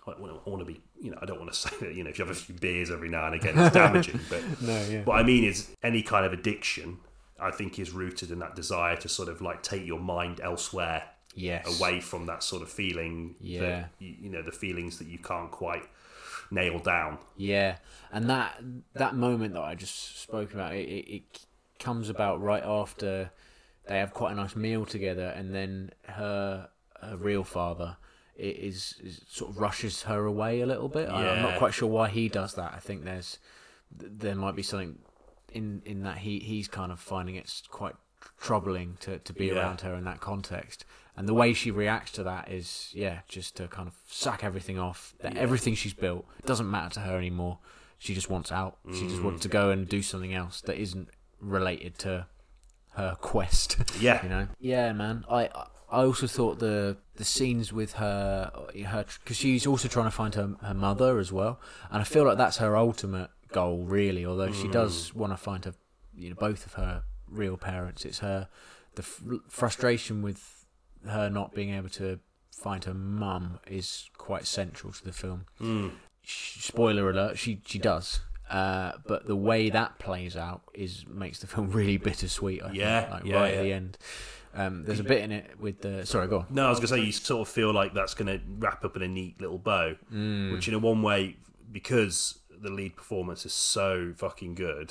[SPEAKER 1] I, want to be, you know, I don't want to say that, you know, if you have a few beers every now and again, it's damaging. But
[SPEAKER 2] No, yeah.
[SPEAKER 1] what I mean is any kind of addiction, I think, is rooted in that desire to sort of like take your mind elsewhere
[SPEAKER 2] Yes.
[SPEAKER 1] away from that sort of feeling.
[SPEAKER 2] Yeah.
[SPEAKER 1] That, you, you know, the feelings that you can't quite nail down.
[SPEAKER 2] Yeah, and that that moment that I just spoke about, it, it, it comes about right after they have quite a nice meal together, and then her her real father i- is, is sort of rushes her away a little bit. I, I'm
[SPEAKER 1] Yeah.
[SPEAKER 2] not quite sure why he does that. I think there's th- there might be something in in that he he's kind of finding it's quite troubling to to be
[SPEAKER 1] Yeah.
[SPEAKER 2] around her in that context. And the way she reacts to that is, yeah, just to kind of sack everything off. That Everything she's built doesn't matter to her anymore. She just wants out. She just wants to go and do something else that isn't related to her quest.
[SPEAKER 1] Yeah.
[SPEAKER 2] you know. Yeah, man. I I also thought the the scenes with her her because she's also trying to find her her mother as well, and I feel like that's her ultimate goal really. Although she does want to find her, you know, both of her real parents. It's her the fr- frustration with her not being able to find her mum is quite central to the film.
[SPEAKER 1] Mm.
[SPEAKER 2] Sh Spoiler alert: she she does. Uh, but the way that plays out is makes the film really bittersweet. I
[SPEAKER 1] Yeah,
[SPEAKER 2] think, like
[SPEAKER 1] yeah,
[SPEAKER 2] right
[SPEAKER 1] yeah.
[SPEAKER 2] at the end. Um, there's a bit in it with the sorry, go on.
[SPEAKER 1] No, I was going to say, you sort of feel like that's going to wrap up in a neat little bow,
[SPEAKER 2] Mm.
[SPEAKER 1] which, in a one way, because the lead performance is so fucking good,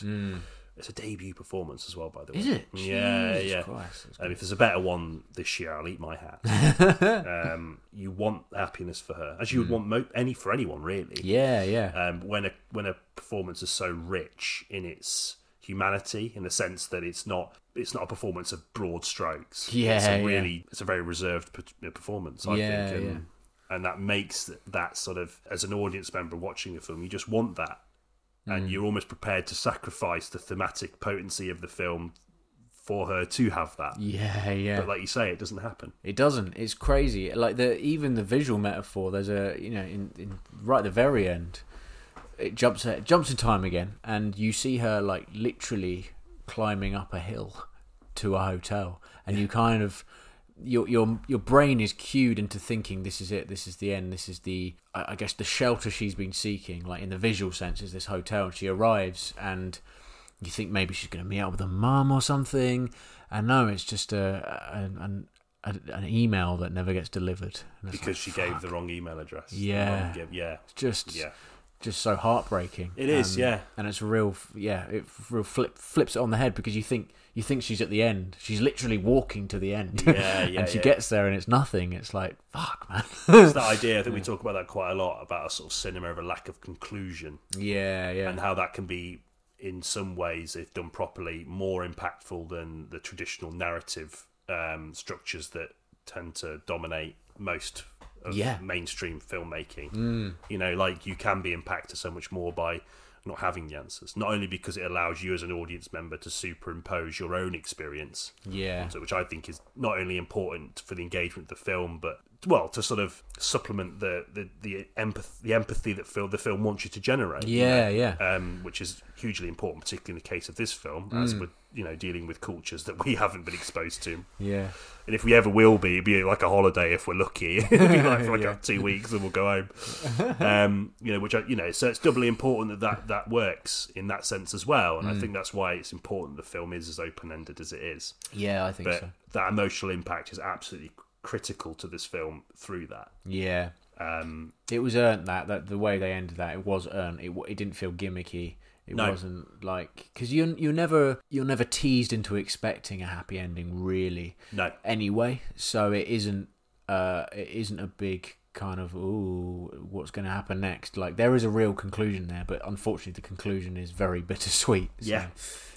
[SPEAKER 1] it's a debut performance as well, by the way.
[SPEAKER 2] Mm. Is it?
[SPEAKER 1] Mm. Yeah,
[SPEAKER 2] Jesus
[SPEAKER 1] yeah.
[SPEAKER 2] Christ, that's
[SPEAKER 1] Um, if there's a better one this year, I'll eat my hat. um, you want happiness for her, as you would want mo- any for anyone, really.
[SPEAKER 2] Mm. Yeah, yeah,
[SPEAKER 1] Um, when a when a performance is so rich in its humanity, in the sense that it's not it's not a performance of broad strokes.
[SPEAKER 2] Yeah,
[SPEAKER 1] it's a
[SPEAKER 2] yeah.
[SPEAKER 1] really it's a very reserved per- performance. I
[SPEAKER 2] Yeah,
[SPEAKER 1] think, and, and that makes that sort of as an audience member watching the film, you just want that,
[SPEAKER 2] Mm.
[SPEAKER 1] and you're almost prepared to sacrifice the thematic potency of the film for her to have that.
[SPEAKER 2] yeah, yeah.
[SPEAKER 1] But like you say, it doesn't happen.
[SPEAKER 2] It doesn't. It's crazy. Like the even the visual metaphor. There's a you know in, in right at the very end, it jumps it jumps in time again, and you see her like literally climbing up a hill to a hotel, and you kind of your your your brain is cued into thinking this is it, this is the end, this is the I I guess the shelter she's been seeking. Like in the visual sense, is this hotel, and she arrives and you think maybe she's going to meet up with her mum or something, and no, it's just a an, an, a- an email that never gets delivered. And it's
[SPEAKER 1] Because she gave the wrong email address.
[SPEAKER 2] Yeah.
[SPEAKER 1] Wrong give- yeah,
[SPEAKER 2] just
[SPEAKER 1] yeah.
[SPEAKER 2] just so heartbreaking. Um,
[SPEAKER 1] It is, yeah.
[SPEAKER 2] and it's a real yeah, it real flip flips it on the head because you think you think she's at the end, she's literally walking to the end,
[SPEAKER 1] Yeah, yeah,
[SPEAKER 2] and she
[SPEAKER 1] yeah.
[SPEAKER 2] gets there and it's nothing. It's like fuck, man.
[SPEAKER 1] It's that idea. I
[SPEAKER 2] Hmm.
[SPEAKER 1] think we talk about that quite a lot about a sort of cinema of a lack of conclusion
[SPEAKER 2] yeah, yeah,
[SPEAKER 1] and how that can be, in some ways, if done properly, more impactful than the traditional narrative um, structures that tend to dominate most of
[SPEAKER 2] Yeah. Hmm.
[SPEAKER 1] mainstream filmmaking. You know, like you can be impacted so much more by not having the answers, not only because it allows you as an audience member to superimpose your own experience
[SPEAKER 2] yeah.
[SPEAKER 1] so which I think is not only important for the engagement of the film, but well, to sort of supplement the the the empathy, the empathy that film, the film wants you to generate. you know,
[SPEAKER 2] Yeah, yeah.
[SPEAKER 1] Um, which is hugely important, particularly in the case of this film, as with you know dealing with cultures that we haven't been exposed to,
[SPEAKER 2] yeah.
[SPEAKER 1] and if we ever will be, it'd be like a holiday if we're lucky. it'd be like for like two weeks, and we'll go home. Um, you know, which I, you know, so it's doubly important that, that that works in that sense as well, and I think that's why it's important the film is as open ended as it is
[SPEAKER 2] Yeah, I think
[SPEAKER 1] but
[SPEAKER 2] so.
[SPEAKER 1] that emotional impact is absolutely critical to this film through that.
[SPEAKER 2] Yeah.
[SPEAKER 1] Um,
[SPEAKER 2] It was earned that that the way they ended that it was earned. It wa- it didn't feel gimmicky. It
[SPEAKER 1] No.
[SPEAKER 2] wasn't like because you you're never you're never teased into expecting a happy ending really
[SPEAKER 1] no,
[SPEAKER 2] anyway. So it isn't uh it isn't a big kind of ooh what's going to happen next. Like there is a real conclusion there, but unfortunately the conclusion is very bittersweet. So,
[SPEAKER 1] yeah.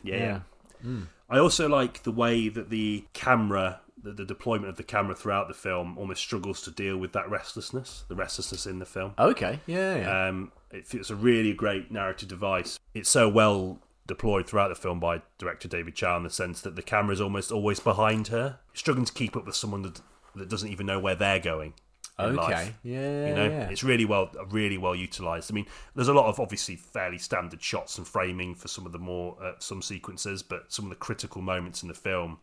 [SPEAKER 1] yeah,
[SPEAKER 2] yeah.
[SPEAKER 1] yeah. I also like the way that the camera, the, the deployment of the camera throughout the film, almost struggles to deal with that restlessness, the restlessness in the film.
[SPEAKER 2] Okay. Yeah. Yeah.
[SPEAKER 1] Um, it, it's a really great narrative device. It's so well deployed throughout the film by director David Chow in the sense that the camera is almost always behind her, struggling to keep up with someone that, that doesn't even know where they're going. Uh, in
[SPEAKER 2] Okay.
[SPEAKER 1] life.
[SPEAKER 2] Yeah.
[SPEAKER 1] You know,
[SPEAKER 2] yeah.
[SPEAKER 1] it's really well, really well utilized. I mean, there's a lot of obviously fairly standard shots and framing for some of the more uh, some sequences, but some of the critical moments in the film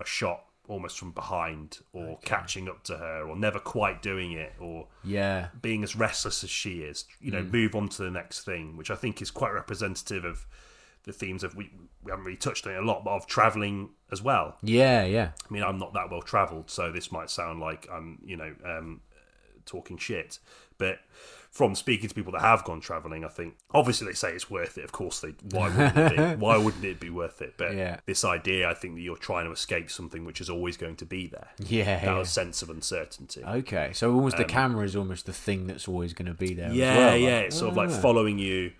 [SPEAKER 1] are shot almost from behind or catching up to her or never quite doing it or
[SPEAKER 2] yeah.
[SPEAKER 1] being as restless as she is, you
[SPEAKER 2] Mm.
[SPEAKER 1] know, move on to the next thing, which I think is quite representative of the themes of we, we haven't really touched on it a lot, but of traveling as well.
[SPEAKER 2] Yeah. Yeah.
[SPEAKER 1] I mean, I'm not that well travelled, so this might sound like I'm, you know, um, uh, talking shit. But from speaking to people that have gone travelling, I think obviously they say it's worth it. Of course, they. Why wouldn't it? Be? Why wouldn't it be worth it? But
[SPEAKER 2] Yeah.
[SPEAKER 1] this idea, I think that you're trying to escape something which is always going to be there.
[SPEAKER 2] Yeah.
[SPEAKER 1] That sense of uncertunity.
[SPEAKER 2] Okay, so almost the camera is almost the thing that's always going to be there. as
[SPEAKER 1] yeah,
[SPEAKER 2] well, like-
[SPEAKER 1] yeah. It's sort of like following you,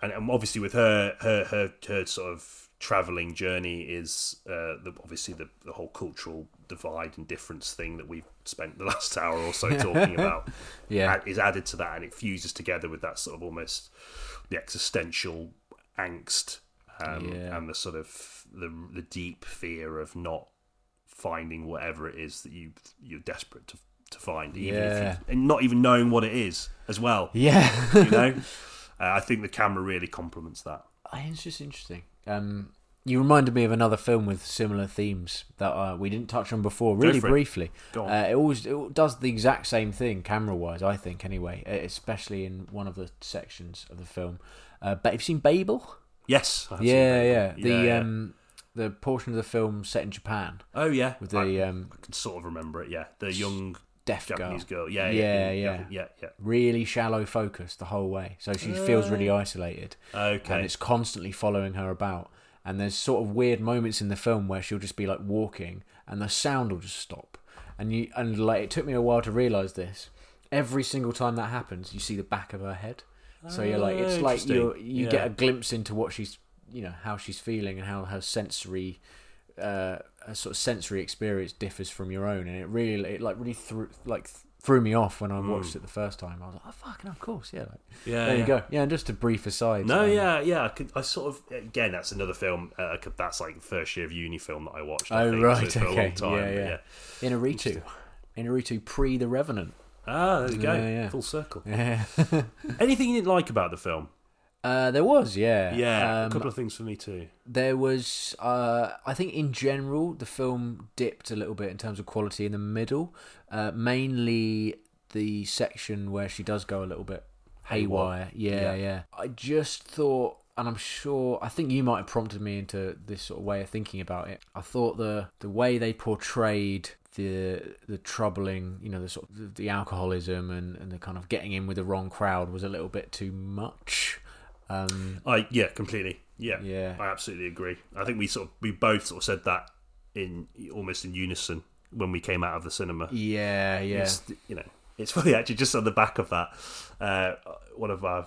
[SPEAKER 1] and, and obviously with her, her, her, her sort of traveling journey is uh, the, obviously the, the whole cultural divide and difference thing that we've spent the last hour or so talking about.
[SPEAKER 2] Yeah.
[SPEAKER 1] ad- is added to that, and it fuses together with that sort of almost the existential angst um,
[SPEAKER 2] Yeah.
[SPEAKER 1] and the sort of the the deep fear of not finding whatever it is that you you're desperate to to find, even
[SPEAKER 2] Yeah.
[SPEAKER 1] if you, and not even knowing what it is as well
[SPEAKER 2] yeah.
[SPEAKER 1] you know. Uh, I think the camera really complements that.
[SPEAKER 2] I think Uh, it's just interesting. Um, you reminded me of another film with similar themes that uh, we didn't touch on before, really
[SPEAKER 1] for it.
[SPEAKER 2] briefly.
[SPEAKER 1] Go on.
[SPEAKER 2] Uh, it always it does the exact same thing, camera wise, I think, anyway, uh, especially in one of the sections of the film. Uh, but have you seen Babel?
[SPEAKER 1] Yes. I have seen
[SPEAKER 2] yeah,
[SPEAKER 1] that.
[SPEAKER 2] yeah. The
[SPEAKER 1] Yeah, yeah.
[SPEAKER 2] Um, the portion of the film set in Japan
[SPEAKER 1] Oh yeah.
[SPEAKER 2] with
[SPEAKER 1] I
[SPEAKER 2] the um,
[SPEAKER 1] can sort of remember it. Yeah, the young
[SPEAKER 2] deaf
[SPEAKER 1] Japanese
[SPEAKER 2] girl.
[SPEAKER 1] girl. Yeah,
[SPEAKER 2] Yeah,
[SPEAKER 1] yeah, yeah,
[SPEAKER 2] yeah.
[SPEAKER 1] yeah, yeah.
[SPEAKER 2] Really shallow focus the whole way, so she feels really
[SPEAKER 1] Uh,
[SPEAKER 2] isolated. and
[SPEAKER 1] Okay.
[SPEAKER 2] it's constantly following her about. And there's sort of weird moments in the film where she'll just be like walking, and the sound will just stop. And you and like it took me a while to realize this. Every single time that happens, you see the back of her head. So you're like, it's
[SPEAKER 1] Oh,
[SPEAKER 2] like you
[SPEAKER 1] interesting.
[SPEAKER 2] you
[SPEAKER 1] Yeah.
[SPEAKER 2] get a glimpse into what she's, you know, how she's feeling and how her sensory, uh, her sort of sensory experience differs from your own. And it really, it like really threw like threw me off when I watched it the first time. I was like, oh fucking, of course, yeah. Like,
[SPEAKER 1] Hmm. Yeah,
[SPEAKER 2] there you
[SPEAKER 1] yeah.
[SPEAKER 2] go. Yeah, and just a brief aside.
[SPEAKER 1] No,
[SPEAKER 2] um,
[SPEAKER 1] yeah, yeah. I, could, I sort of again. That's another film. Uh, I could- that's like the first year of uni film that I watched. I
[SPEAKER 2] Oh,
[SPEAKER 1] think,
[SPEAKER 2] right,
[SPEAKER 1] so it's been
[SPEAKER 2] okay.
[SPEAKER 1] A long time,
[SPEAKER 2] Yeah,
[SPEAKER 1] but
[SPEAKER 2] yeah. Inaritu. Inaritu pre The Revenant.
[SPEAKER 1] Ah, there you go.
[SPEAKER 2] Yeah, yeah.
[SPEAKER 1] Full circle.
[SPEAKER 2] Yeah.
[SPEAKER 1] Anything you didn't like about the film?
[SPEAKER 2] uh, there was, yeah.
[SPEAKER 1] Yeah, a
[SPEAKER 2] Um,
[SPEAKER 1] couple of things for me too.
[SPEAKER 2] there was, uh, I think in general, the film dipped a little bit in terms of quality in the middle. Uh, mainly the section where she does go a little bit haywire. Yeah, yeah,
[SPEAKER 1] Yeah.
[SPEAKER 2] I just thought, and I'm sure, I think you might have prompted me into this sort of way of thinking about it. I thought the the way they portrayed the the troubling, you know, the sort of the, the alcoholism and and the kind of getting in with the wrong crowd was a little bit too much. Um,
[SPEAKER 1] I yeah, completely. Yeah,
[SPEAKER 2] Yeah.
[SPEAKER 1] I absolutely agree. I think we sort of we both sort of said that in almost in unison when we came out of the cinema.
[SPEAKER 2] yeah, yeah.
[SPEAKER 1] It's, you know, it's funny actually. Just on the back of that, uh, one of our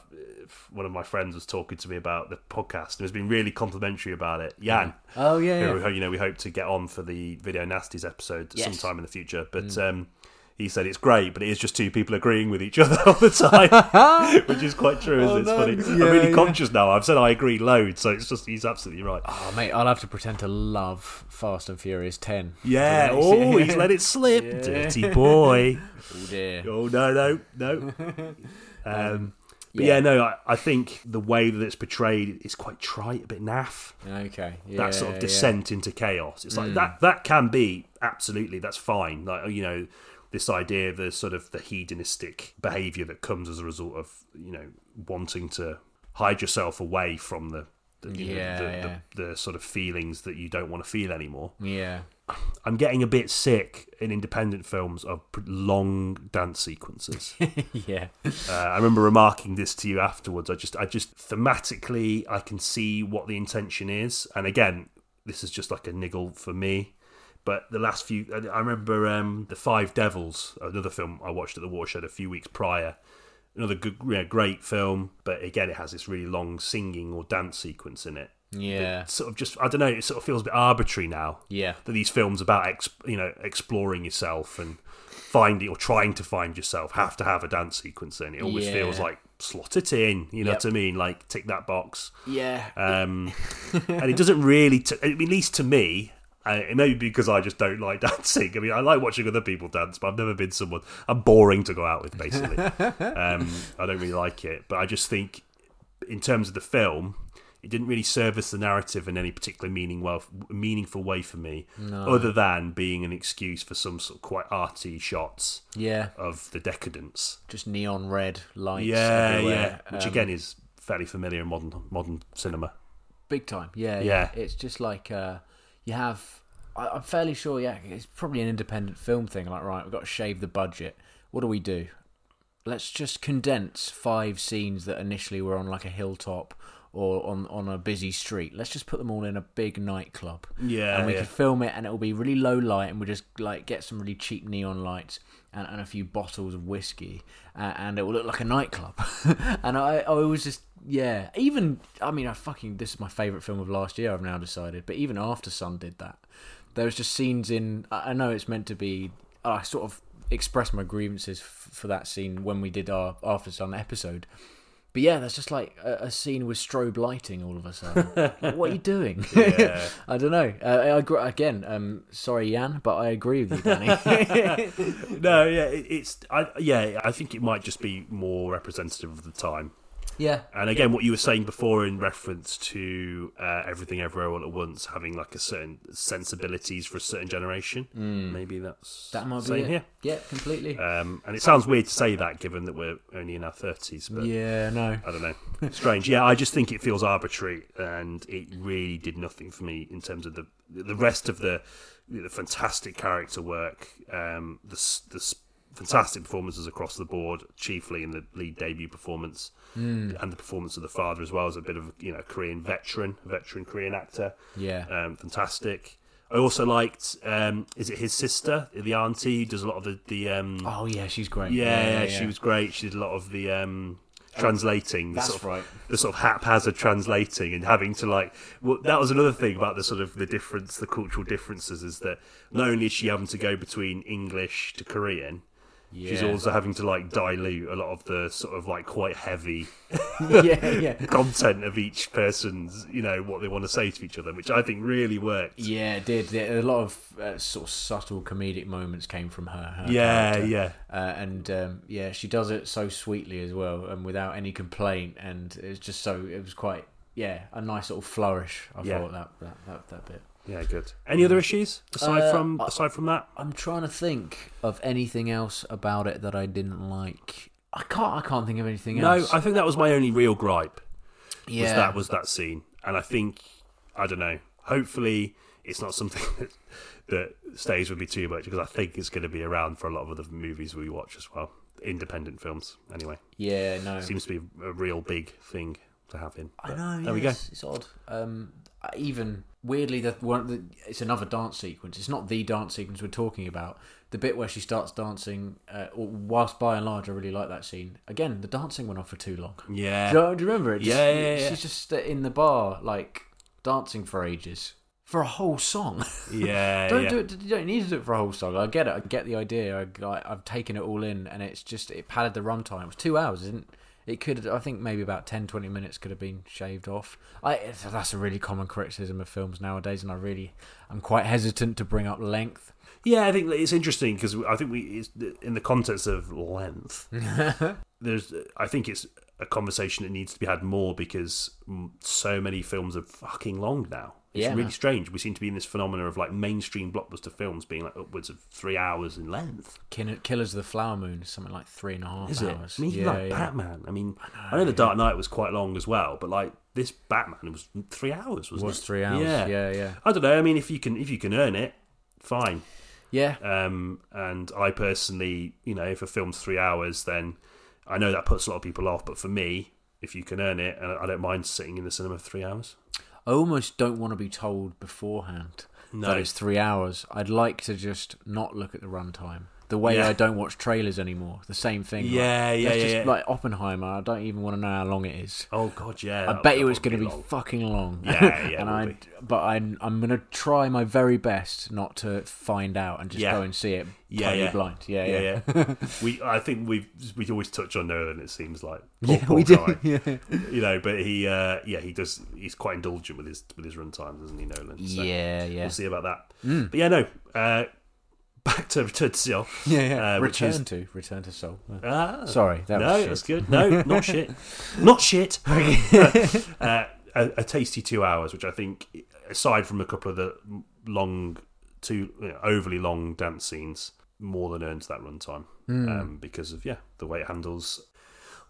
[SPEAKER 1] one of my friends was talking to me about the podcast and has been really complimentary about it. Jan,
[SPEAKER 2] Oh yeah,
[SPEAKER 1] who,
[SPEAKER 2] yeah.
[SPEAKER 1] who, you know, we hope to get on for the video nasties episode
[SPEAKER 2] Yes. Mm.
[SPEAKER 1] sometime in the future, but. Um, he said it's great, but it is just two people agreeing with each other all the time, which is quite true. Isn't
[SPEAKER 2] Oh,
[SPEAKER 1] it? It's
[SPEAKER 2] no.
[SPEAKER 1] funny.
[SPEAKER 2] Yeah,
[SPEAKER 1] I'm really
[SPEAKER 2] yeah.
[SPEAKER 1] conscious now. I've said I agree loads, so it's just he's absolutely right.
[SPEAKER 2] Oh, mate, I'll have to pretend to love Fast and Furious 10.
[SPEAKER 1] Yeah. Oh, he's let it slip,
[SPEAKER 2] Yeah.
[SPEAKER 1] dirty boy.
[SPEAKER 2] Oh, dear.
[SPEAKER 1] Oh no, no, no. Um, but yeah, no, I, I think the way that it's portrayed is quite trite, a bit naff.
[SPEAKER 2] Okay. Yeah,
[SPEAKER 1] That sort of
[SPEAKER 2] yeah. Hmm.
[SPEAKER 1] descent into chaos. It's like that. That can be absolutely. That's fine. Like you know, this idea of the sort of the hedonistic behaviour that comes as a result of you know wanting to hide yourself away from the. The, you know,
[SPEAKER 2] Yeah,
[SPEAKER 1] the,
[SPEAKER 2] yeah.
[SPEAKER 1] The, the sort of feelings that you don't want to feel anymore.
[SPEAKER 2] Yeah.
[SPEAKER 1] I'm getting a bit sick in independent films of pr- long dance sequences.
[SPEAKER 2] yeah.
[SPEAKER 1] Uh, I remember remarking this to you afterwards. I just, I just thematically, I can see what the intention is. And again, this is just like a niggle for me. But the last few, I I remember um, the Five Devils, another film I watched at the Watershed a few weeks prior. Another good, you know, great film, but again, it has this really long singing or dance sequence in it,
[SPEAKER 2] Yeah.
[SPEAKER 1] Sort of just, I don't know. It sort of feels a bit arbitrary now
[SPEAKER 2] Yeah.
[SPEAKER 1] that these films about ex, you know exploring yourself and finding or trying to find yourself have to have a dance sequence. In it always
[SPEAKER 2] Yeah.
[SPEAKER 1] feels like slot it in. You know
[SPEAKER 2] Yep.
[SPEAKER 1] what I mean? Like tick that box.
[SPEAKER 2] Yeah.
[SPEAKER 1] Um, and it doesn't really, t- at least to me, uh, it may be because I just don't like dancing. I mean, I like watching other people dance, but I've never been someone I'm boring to go out with. Basically, um, I don't really like it. But I just think, in terms of the film, it didn't really service the narrative in any particular meaning well, meaningful way for me, other than being an excuse for some sort of quite arty shots
[SPEAKER 2] yeah.
[SPEAKER 1] of the decadence.
[SPEAKER 2] Just neon red lights.
[SPEAKER 1] Yeah,
[SPEAKER 2] everywhere.
[SPEAKER 1] yeah, which
[SPEAKER 2] Um,
[SPEAKER 1] again is fairly familiar in modern modern cinema.
[SPEAKER 2] big time. Yeah,
[SPEAKER 1] Yeah.
[SPEAKER 2] yeah. It's just like uh, you have. I, I'm fairly sure. Yeah, it's probably an independent film thing. Like, right, we've got to shave the budget. What do we do? Let's just condense five scenes that initially were on like a hilltop or on on a busy street. Let's just put them all in a big nightclub.
[SPEAKER 1] Yeah,
[SPEAKER 2] and we
[SPEAKER 1] yeah.
[SPEAKER 2] can film it, and it'll be really low light, and we'll just like get some really cheap neon lights. And, and a few bottles of whiskey, uh, and it will look like a nightclub. and I, I was just, yeah. Even, I mean, I fucking, this is my favourite film of last year, I've now decided. But even After Sun did that, there was just scenes in, I I know it's meant to be, I sort of expressed my grievances f- for that scene when we did our After Sun episode. But yeah, that's just like a, a scene with strobe lighting all of a sudden. Like, what are you doing? I don't know. Uh, I agree, again, um, sorry, Jan, but I agree with you, Danny.
[SPEAKER 1] No, yeah, it, it's I yeah, I think it might just be more representative of the time.
[SPEAKER 2] yeah.
[SPEAKER 1] And again, what you were saying before in reference to uh, everything everywhere all at once having like a certain sensibilities for a certain generation, maybe that's
[SPEAKER 2] Mm. That might be
[SPEAKER 1] same
[SPEAKER 2] it.
[SPEAKER 1] here.
[SPEAKER 2] Yeah, completely.
[SPEAKER 1] Um, and it sounds weird to say that given that we're only in our thirties, but
[SPEAKER 2] yeah, no.
[SPEAKER 1] I don't know, strange. Yeah, I just think it feels arbitrary, and it really did nothing for me in terms of the the rest of the the fantastic character work, um, the s- the s- fantastic performances across the board, chiefly in the lead debut performance and the performance of the father as well as a bit of you know Korean veteran, veteran Korean actor.
[SPEAKER 2] Yeah.
[SPEAKER 1] um, fantastic. I also liked. Um, is it his sister, the auntie, who does a lot of the the um,
[SPEAKER 2] Oh yeah, she's great.
[SPEAKER 1] yeah, yeah, she was great. She did a lot of the um, translating. the
[SPEAKER 2] That's
[SPEAKER 1] sort of,
[SPEAKER 2] right.
[SPEAKER 1] The sort of haphazard translating and having to like. Well, that was another thing about the sort of the difference, the cultural differences, is that not only is she having to go between English to Korean. She's
[SPEAKER 2] Yeah.
[SPEAKER 1] also having to like dilute a lot of the sort of like quite heavy
[SPEAKER 2] yeah, yeah.
[SPEAKER 1] content of each person's, you know, what they want to say to each other, which I think really worked.
[SPEAKER 2] Yeah, it did. There- A lot of uh, sort of subtle comedic moments came from her. her
[SPEAKER 1] Yeah,
[SPEAKER 2] character.
[SPEAKER 1] yeah.
[SPEAKER 2] Uh, and um, yeah, she does it so sweetly as well, and without any complaint. And it's just so it was quite yeah a nice little flourish. I
[SPEAKER 1] Yeah.
[SPEAKER 2] thought that that that, that bit.
[SPEAKER 1] Yeah, good. Any other issues aside
[SPEAKER 2] Uh,
[SPEAKER 1] from aside from that?
[SPEAKER 2] I'm trying to think of anything else about it that I didn't like. I can't. I can't think of anything
[SPEAKER 1] No,
[SPEAKER 2] else.
[SPEAKER 1] I think that was my only real gripe.
[SPEAKER 2] yeah.
[SPEAKER 1] was that was that scene and i think i don't know hopefully it's not something that, that stays with me too much because i think it's going to be around for a lot of other movies we watch as well independent films anyway
[SPEAKER 2] yeah. No.
[SPEAKER 1] seems to be a real big thing to have in
[SPEAKER 2] I know.
[SPEAKER 1] there we
[SPEAKER 2] yeah,
[SPEAKER 1] go
[SPEAKER 2] It's, it's odd. Um, I- even weirdly, the one the, it's another dance sequence. It's not the dance sequence we're talking about. The bit where she starts dancing, uh, or whilst by and large, I really like that scene. Again, the dancing went on for too long.
[SPEAKER 1] yeah
[SPEAKER 2] Do you, do you remember it? Just-
[SPEAKER 1] Yeah, yeah, yeah.
[SPEAKER 2] She's just in the bar, like dancing for ages for a whole song.
[SPEAKER 1] yeah
[SPEAKER 2] don't
[SPEAKER 1] yeah.
[SPEAKER 2] do it. You don't need to do it for a whole song. I get it. I get the idea. I, I, I've taken it all in, and it's just it padded the runtime. It was two hours, isn't it? It could. I think maybe about 10, 20 minutes could have been shaved off. I it's- that's a really common criticism of films nowadays, and I really I'm quite hesitant to bring up length.
[SPEAKER 1] Yeah, I think that it's interesting because I think we, it's, in the context of length, there's. I think it's a conversation that needs to be had more because mm, so many films are fucking long now. It's
[SPEAKER 2] Yeah,
[SPEAKER 1] really
[SPEAKER 2] man.
[SPEAKER 1] strange. We seem to be in this phenomena of like mainstream blockbuster films being like upwards of three hours in length.
[SPEAKER 2] Kin- Killers of the Flower Moon is something like three and a half
[SPEAKER 1] Is it?
[SPEAKER 2] hours.
[SPEAKER 1] I mean, even
[SPEAKER 2] yeah,
[SPEAKER 1] like
[SPEAKER 2] yeah.
[SPEAKER 1] Batman. I mean, I know, The Dark Knight was quite long as well, but like this Batman was three hours,
[SPEAKER 2] It
[SPEAKER 1] wasn't
[SPEAKER 2] was
[SPEAKER 1] it?
[SPEAKER 2] three hours. Yeah, yeah, yeah.
[SPEAKER 1] I don't know. I mean, if you can if you can earn it, fine.
[SPEAKER 2] yeah.
[SPEAKER 1] Um, and I personally, you know, if a film's three hours, then I know that puts a lot of people off. But for me, if you can earn it, and I don't mind sitting in the cinema for three hours.
[SPEAKER 2] I almost don't want to be told beforehand
[SPEAKER 1] No.
[SPEAKER 2] that it's three hours. I'd like to just not look at the runtime the way
[SPEAKER 1] Yeah.
[SPEAKER 2] I don't watch trailers anymore. The same thing. like,
[SPEAKER 1] Yeah, yeah,
[SPEAKER 2] that's
[SPEAKER 1] yeah,
[SPEAKER 2] just
[SPEAKER 1] yeah.
[SPEAKER 2] Like Oppenheimer, I don't even want to know how long it is.
[SPEAKER 1] Oh god, yeah.
[SPEAKER 2] I
[SPEAKER 1] that-
[SPEAKER 2] bet
[SPEAKER 1] that
[SPEAKER 2] you it's
[SPEAKER 1] would
[SPEAKER 2] going to be
[SPEAKER 1] long.
[SPEAKER 2] fucking long.
[SPEAKER 1] Yeah, yeah,
[SPEAKER 2] and
[SPEAKER 1] it will
[SPEAKER 2] I,
[SPEAKER 1] be.
[SPEAKER 2] but I, I'm going to try my very best not to find out and just
[SPEAKER 1] Yeah.
[SPEAKER 2] go and see it
[SPEAKER 1] Yeah,
[SPEAKER 2] totally
[SPEAKER 1] yeah.
[SPEAKER 2] blind. Yeah, yeah,
[SPEAKER 1] yeah, yeah. we, I think we we always touch on Nolan. It seems like poor,
[SPEAKER 2] Yeah,
[SPEAKER 1] poor
[SPEAKER 2] we do.
[SPEAKER 1] guy.
[SPEAKER 2] Yeah.
[SPEAKER 1] you know, but he, uh, yeah, he does. He's quite indulgent with his with his run times, isn't he, Nolan? So
[SPEAKER 2] yeah, Hmm. yeah.
[SPEAKER 1] We'll see about that. But yeah, no. Uh, back to Return to Seal.
[SPEAKER 2] yeah, yeah.
[SPEAKER 1] Uh, which
[SPEAKER 2] return
[SPEAKER 1] is-
[SPEAKER 2] to return to Seoul.
[SPEAKER 1] Ah,
[SPEAKER 2] Sorry, that
[SPEAKER 1] no,
[SPEAKER 2] was shit.
[SPEAKER 1] that's good. No, not shit. Not shit. uh, a, a tasty two hours, which I think, aside from a couple of the long, too you know, overly long dance scenes, more than earns that runtime
[SPEAKER 2] Hmm.
[SPEAKER 1] um, because of yeah the way it handles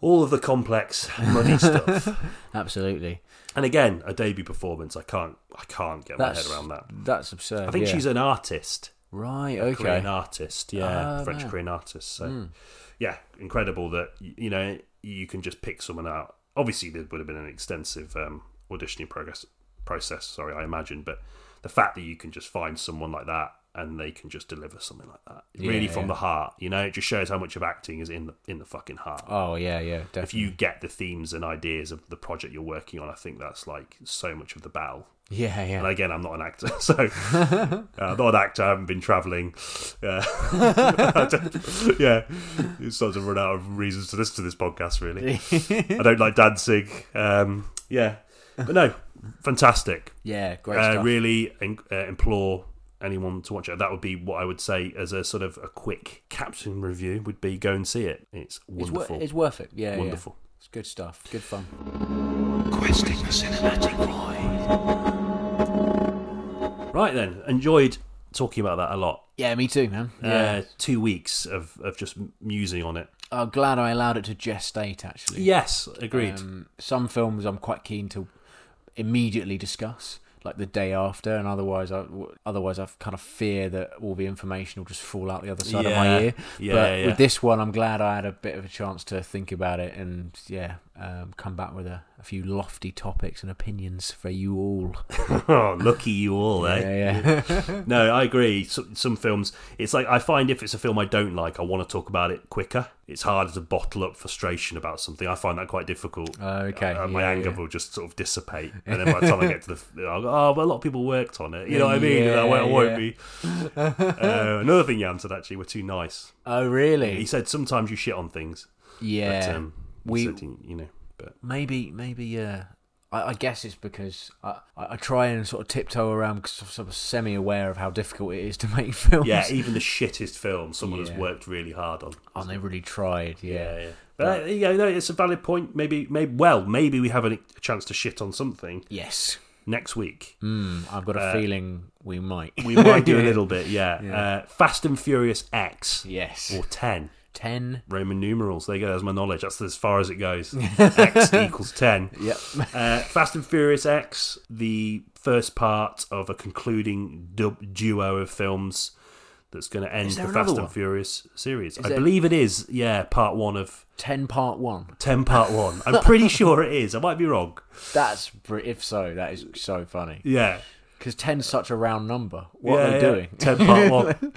[SPEAKER 1] all of the complex money stuff.
[SPEAKER 2] Absolutely.
[SPEAKER 1] And again, a debut performance. I can't. I can't get
[SPEAKER 2] That's
[SPEAKER 1] my head around that.
[SPEAKER 2] That's absurd.
[SPEAKER 1] I think
[SPEAKER 2] yeah.
[SPEAKER 1] she's an artist.
[SPEAKER 2] right.
[SPEAKER 1] Korean
[SPEAKER 2] Okay.
[SPEAKER 1] artist, yeah,
[SPEAKER 2] Ah, Hmm.
[SPEAKER 1] French
[SPEAKER 2] man.
[SPEAKER 1] Korean artist. So, yeah, incredible that y- you know you can just pick someone out. Obviously, there would have been an extensive um, auditioning progress process. Sorry, I imagine, but the fact that you can just find someone like that and they can just deliver something like that, really
[SPEAKER 2] Yeah,
[SPEAKER 1] from
[SPEAKER 2] yeah.
[SPEAKER 1] the heart, you know, it just shows how much of acting is in the in the fucking heart.
[SPEAKER 2] Oh yeah, yeah. Definitely.
[SPEAKER 1] if you get the themes and ideas of the project you're working on, I think that's like so much of the battle.
[SPEAKER 2] yeah, yeah.
[SPEAKER 1] And again, I'm not an actor, so uh, I'm not an actor. I haven't been travelling. Uh, I don't- yeah, it's sort of run out of reasons to listen to this podcast. Really, I don't like dancing. Um, yeah, but no, fantastic.
[SPEAKER 2] yeah. Great
[SPEAKER 1] Uh,
[SPEAKER 2] stuff.
[SPEAKER 1] really en- uh, implore anyone to watch it. That would be what I would say as a sort of a quick caption review. Would be go and see it. It's
[SPEAKER 2] it's, wor-
[SPEAKER 1] wonderful.
[SPEAKER 2] it's worth it. Yeah, yeah.
[SPEAKER 1] wonderful.
[SPEAKER 2] It's good stuff. Good fun.
[SPEAKER 3] Questing the cinematic ride.
[SPEAKER 1] Right then, enjoyed talking about that a lot.
[SPEAKER 2] Yeah, me too, man.
[SPEAKER 1] Uh, two weeks of, of just musing on it.
[SPEAKER 2] I'm glad I allowed it to gestate. Actually.
[SPEAKER 1] Yes, agreed.
[SPEAKER 2] Um, some films I'm quite keen to immediately discuss, like the day after, and otherwise, I w- otherwise I kind of fear that all the information will just fall out the other side of
[SPEAKER 1] Yeah.
[SPEAKER 2] my ear.
[SPEAKER 1] Yeah,
[SPEAKER 2] but
[SPEAKER 1] yeah.
[SPEAKER 2] with this one, I'm glad I had a bit of a chance to think about it and yeah, um, come back with a, a few lofty topics and opinions for you all.
[SPEAKER 1] oh, lucky you all, eh?
[SPEAKER 2] yeah, yeah.
[SPEAKER 1] No, I agree. Some, some films, it's like I find if it's a film I don't like, I want to talk about it quicker. It's harder to bottle up frustration about something. I find that quite difficult.
[SPEAKER 2] Oh, okay.
[SPEAKER 1] Uh, my
[SPEAKER 2] Yeah,
[SPEAKER 1] anger
[SPEAKER 2] yeah.
[SPEAKER 1] will just sort of dissipate, and then by the time I get to the, I'll go, oh, well, a lot of people worked on it. You know what I mean? And I won't, I won't
[SPEAKER 2] Yeah,
[SPEAKER 1] be. Uh, another thing you answered actually, we're too nice.
[SPEAKER 2] Oh,
[SPEAKER 1] He
[SPEAKER 2] really?
[SPEAKER 1] said sometimes you shit on things.
[SPEAKER 2] Yeah.
[SPEAKER 1] But, um, we,
[SPEAKER 2] We-
[SPEAKER 1] said, you you know, but
[SPEAKER 2] maybe maybe uh I, I guess it's because I, I I try and sort of tiptoe around because I'm sort of semi-aware of how difficult it is to make films.
[SPEAKER 1] yeah, even the shittest film, someone has
[SPEAKER 2] Yeah.
[SPEAKER 1] worked really hard on.
[SPEAKER 2] and Oh, they really tried. Yeah,
[SPEAKER 1] Yeah, yeah. But uh, yeah, no, it's a valid point. Maybe, maybe, well, maybe we have a chance to shit on something
[SPEAKER 2] yes,
[SPEAKER 1] next week.
[SPEAKER 2] mm, I've got a feeling we might.
[SPEAKER 1] Uh, We might do a little bit, yeah.
[SPEAKER 2] Yeah.
[SPEAKER 1] Uh, Fast and Furious X
[SPEAKER 2] yes,
[SPEAKER 1] or ten
[SPEAKER 2] ten.
[SPEAKER 1] Roman numerals. There you go. That's my knowledge. That's as far as it goes. X equals ten.
[SPEAKER 2] Yep.
[SPEAKER 1] Uh, Fast and Furious X, the first part of a concluding du- duo of films that's going to end
[SPEAKER 2] Is there
[SPEAKER 1] the
[SPEAKER 2] another
[SPEAKER 1] Fast and
[SPEAKER 2] one?
[SPEAKER 1] Furious series. I
[SPEAKER 2] there-
[SPEAKER 1] believe it is. Yeah, part one of
[SPEAKER 2] Ten part one.
[SPEAKER 1] ten, part one. I'm pretty sure it is. I might be wrong.
[SPEAKER 2] That's br- if so. That is so funny
[SPEAKER 1] Yeah.
[SPEAKER 2] because ten's such a round number. What
[SPEAKER 1] yeah,
[SPEAKER 2] are they
[SPEAKER 1] yeah.
[SPEAKER 2] doing?
[SPEAKER 1] Ten part one.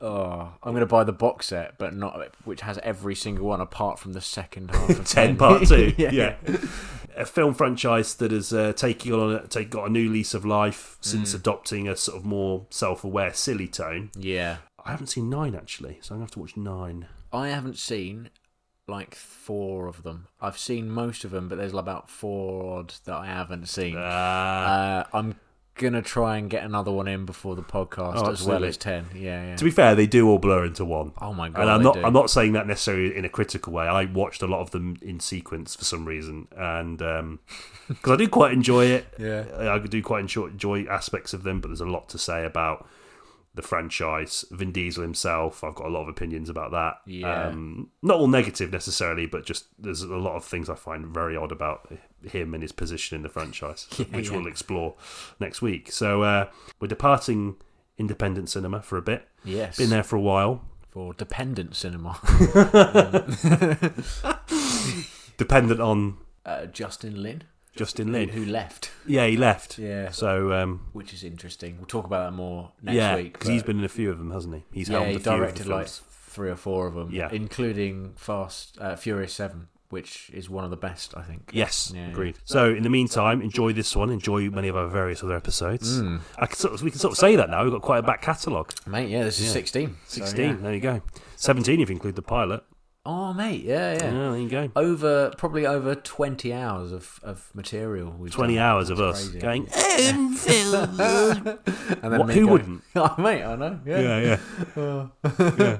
[SPEAKER 2] Oh, I'm gonna buy the box set, but not which has every single one apart from the second half. Of
[SPEAKER 1] Ten
[SPEAKER 2] 10.
[SPEAKER 1] part two.
[SPEAKER 2] Yeah.
[SPEAKER 1] yeah. A film franchise that has uh, taken on a, take, got a new lease of life
[SPEAKER 2] Mm.
[SPEAKER 1] since adopting a sort of more self aware, silly tone.
[SPEAKER 2] yeah.
[SPEAKER 1] I haven't seen nine actually, so I'm gonna have to watch nine.
[SPEAKER 2] I haven't seen like four of them. I've seen most of them, but there's about four odd that I haven't seen. Uh,
[SPEAKER 1] Ah.
[SPEAKER 2] I'm gonna try and get another one in before the podcast
[SPEAKER 1] Oh,
[SPEAKER 2] as well
[SPEAKER 1] absolutely.
[SPEAKER 2] as ten. Yeah, yeah.
[SPEAKER 1] to be fair, they do all blur into one.
[SPEAKER 2] oh my god!
[SPEAKER 1] and I'm
[SPEAKER 2] they
[SPEAKER 1] not
[SPEAKER 2] do.
[SPEAKER 1] I'm not saying that necessarily in a critical way. I watched a lot of them in sequence for some reason, and because I do quite enjoy it,
[SPEAKER 2] Yeah.
[SPEAKER 1] I do quite enjoy, enjoy aspects of them. But there's a lot to say about the franchise, Vin Diesel himself. I've got a lot of opinions about that.
[SPEAKER 2] Yeah.
[SPEAKER 1] Um, not all negative necessarily, but just there's a lot of things I find very odd about him and his position in the franchise, which
[SPEAKER 2] yeah.
[SPEAKER 1] we'll explore next week. So uh, we're departing independent cinema for a bit.
[SPEAKER 2] Yes,
[SPEAKER 1] Been there for a while.
[SPEAKER 2] for dependent cinema.
[SPEAKER 1] dependent on
[SPEAKER 2] uh, Justin Lin.
[SPEAKER 1] Justin Lin.
[SPEAKER 2] who left,
[SPEAKER 1] Yeah, he left.
[SPEAKER 2] Yeah.
[SPEAKER 1] So um,
[SPEAKER 2] which is interesting. We'll talk about that more next
[SPEAKER 1] yeah,
[SPEAKER 2] week.
[SPEAKER 1] because he's
[SPEAKER 2] but-
[SPEAKER 1] been in a few of them, hasn't he? He's
[SPEAKER 2] yeah,
[SPEAKER 1] helmed
[SPEAKER 2] he
[SPEAKER 1] a few of the
[SPEAKER 2] directed like
[SPEAKER 1] films.
[SPEAKER 2] three or four of them,
[SPEAKER 1] Yeah.
[SPEAKER 2] including Fast uh, Furious Seven, which is one of the best, I think.
[SPEAKER 1] Yes,
[SPEAKER 2] Yeah.
[SPEAKER 1] agreed. So, in the meantime, enjoy this one. Enjoy many of our various other episodes.
[SPEAKER 2] Hmm.
[SPEAKER 1] I can sort of, we can sort of say that now. We've got quite a back catalogue.
[SPEAKER 2] mate. Yeah, this is
[SPEAKER 1] Yeah.
[SPEAKER 2] sixteen. So,
[SPEAKER 1] 16,
[SPEAKER 2] yeah.
[SPEAKER 1] there you go. 17 if you include the pilot.
[SPEAKER 2] Oh, mate. Yeah, yeah.
[SPEAKER 1] Yeah, there you go.
[SPEAKER 2] Over probably over twenty hours of, of material. We've
[SPEAKER 1] 20
[SPEAKER 2] done.
[SPEAKER 1] hours of us
[SPEAKER 2] crazy.
[SPEAKER 1] going,
[SPEAKER 2] And then
[SPEAKER 1] What-
[SPEAKER 2] me
[SPEAKER 1] who
[SPEAKER 2] going,
[SPEAKER 1] wouldn't?
[SPEAKER 2] oh, mate, I know. Yeah.
[SPEAKER 1] yeah, yeah. Yeah.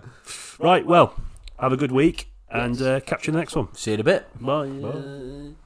[SPEAKER 1] Right, well, have a good week and uh, catch you uh, in the next one.
[SPEAKER 2] See you in a bit.
[SPEAKER 1] Bye.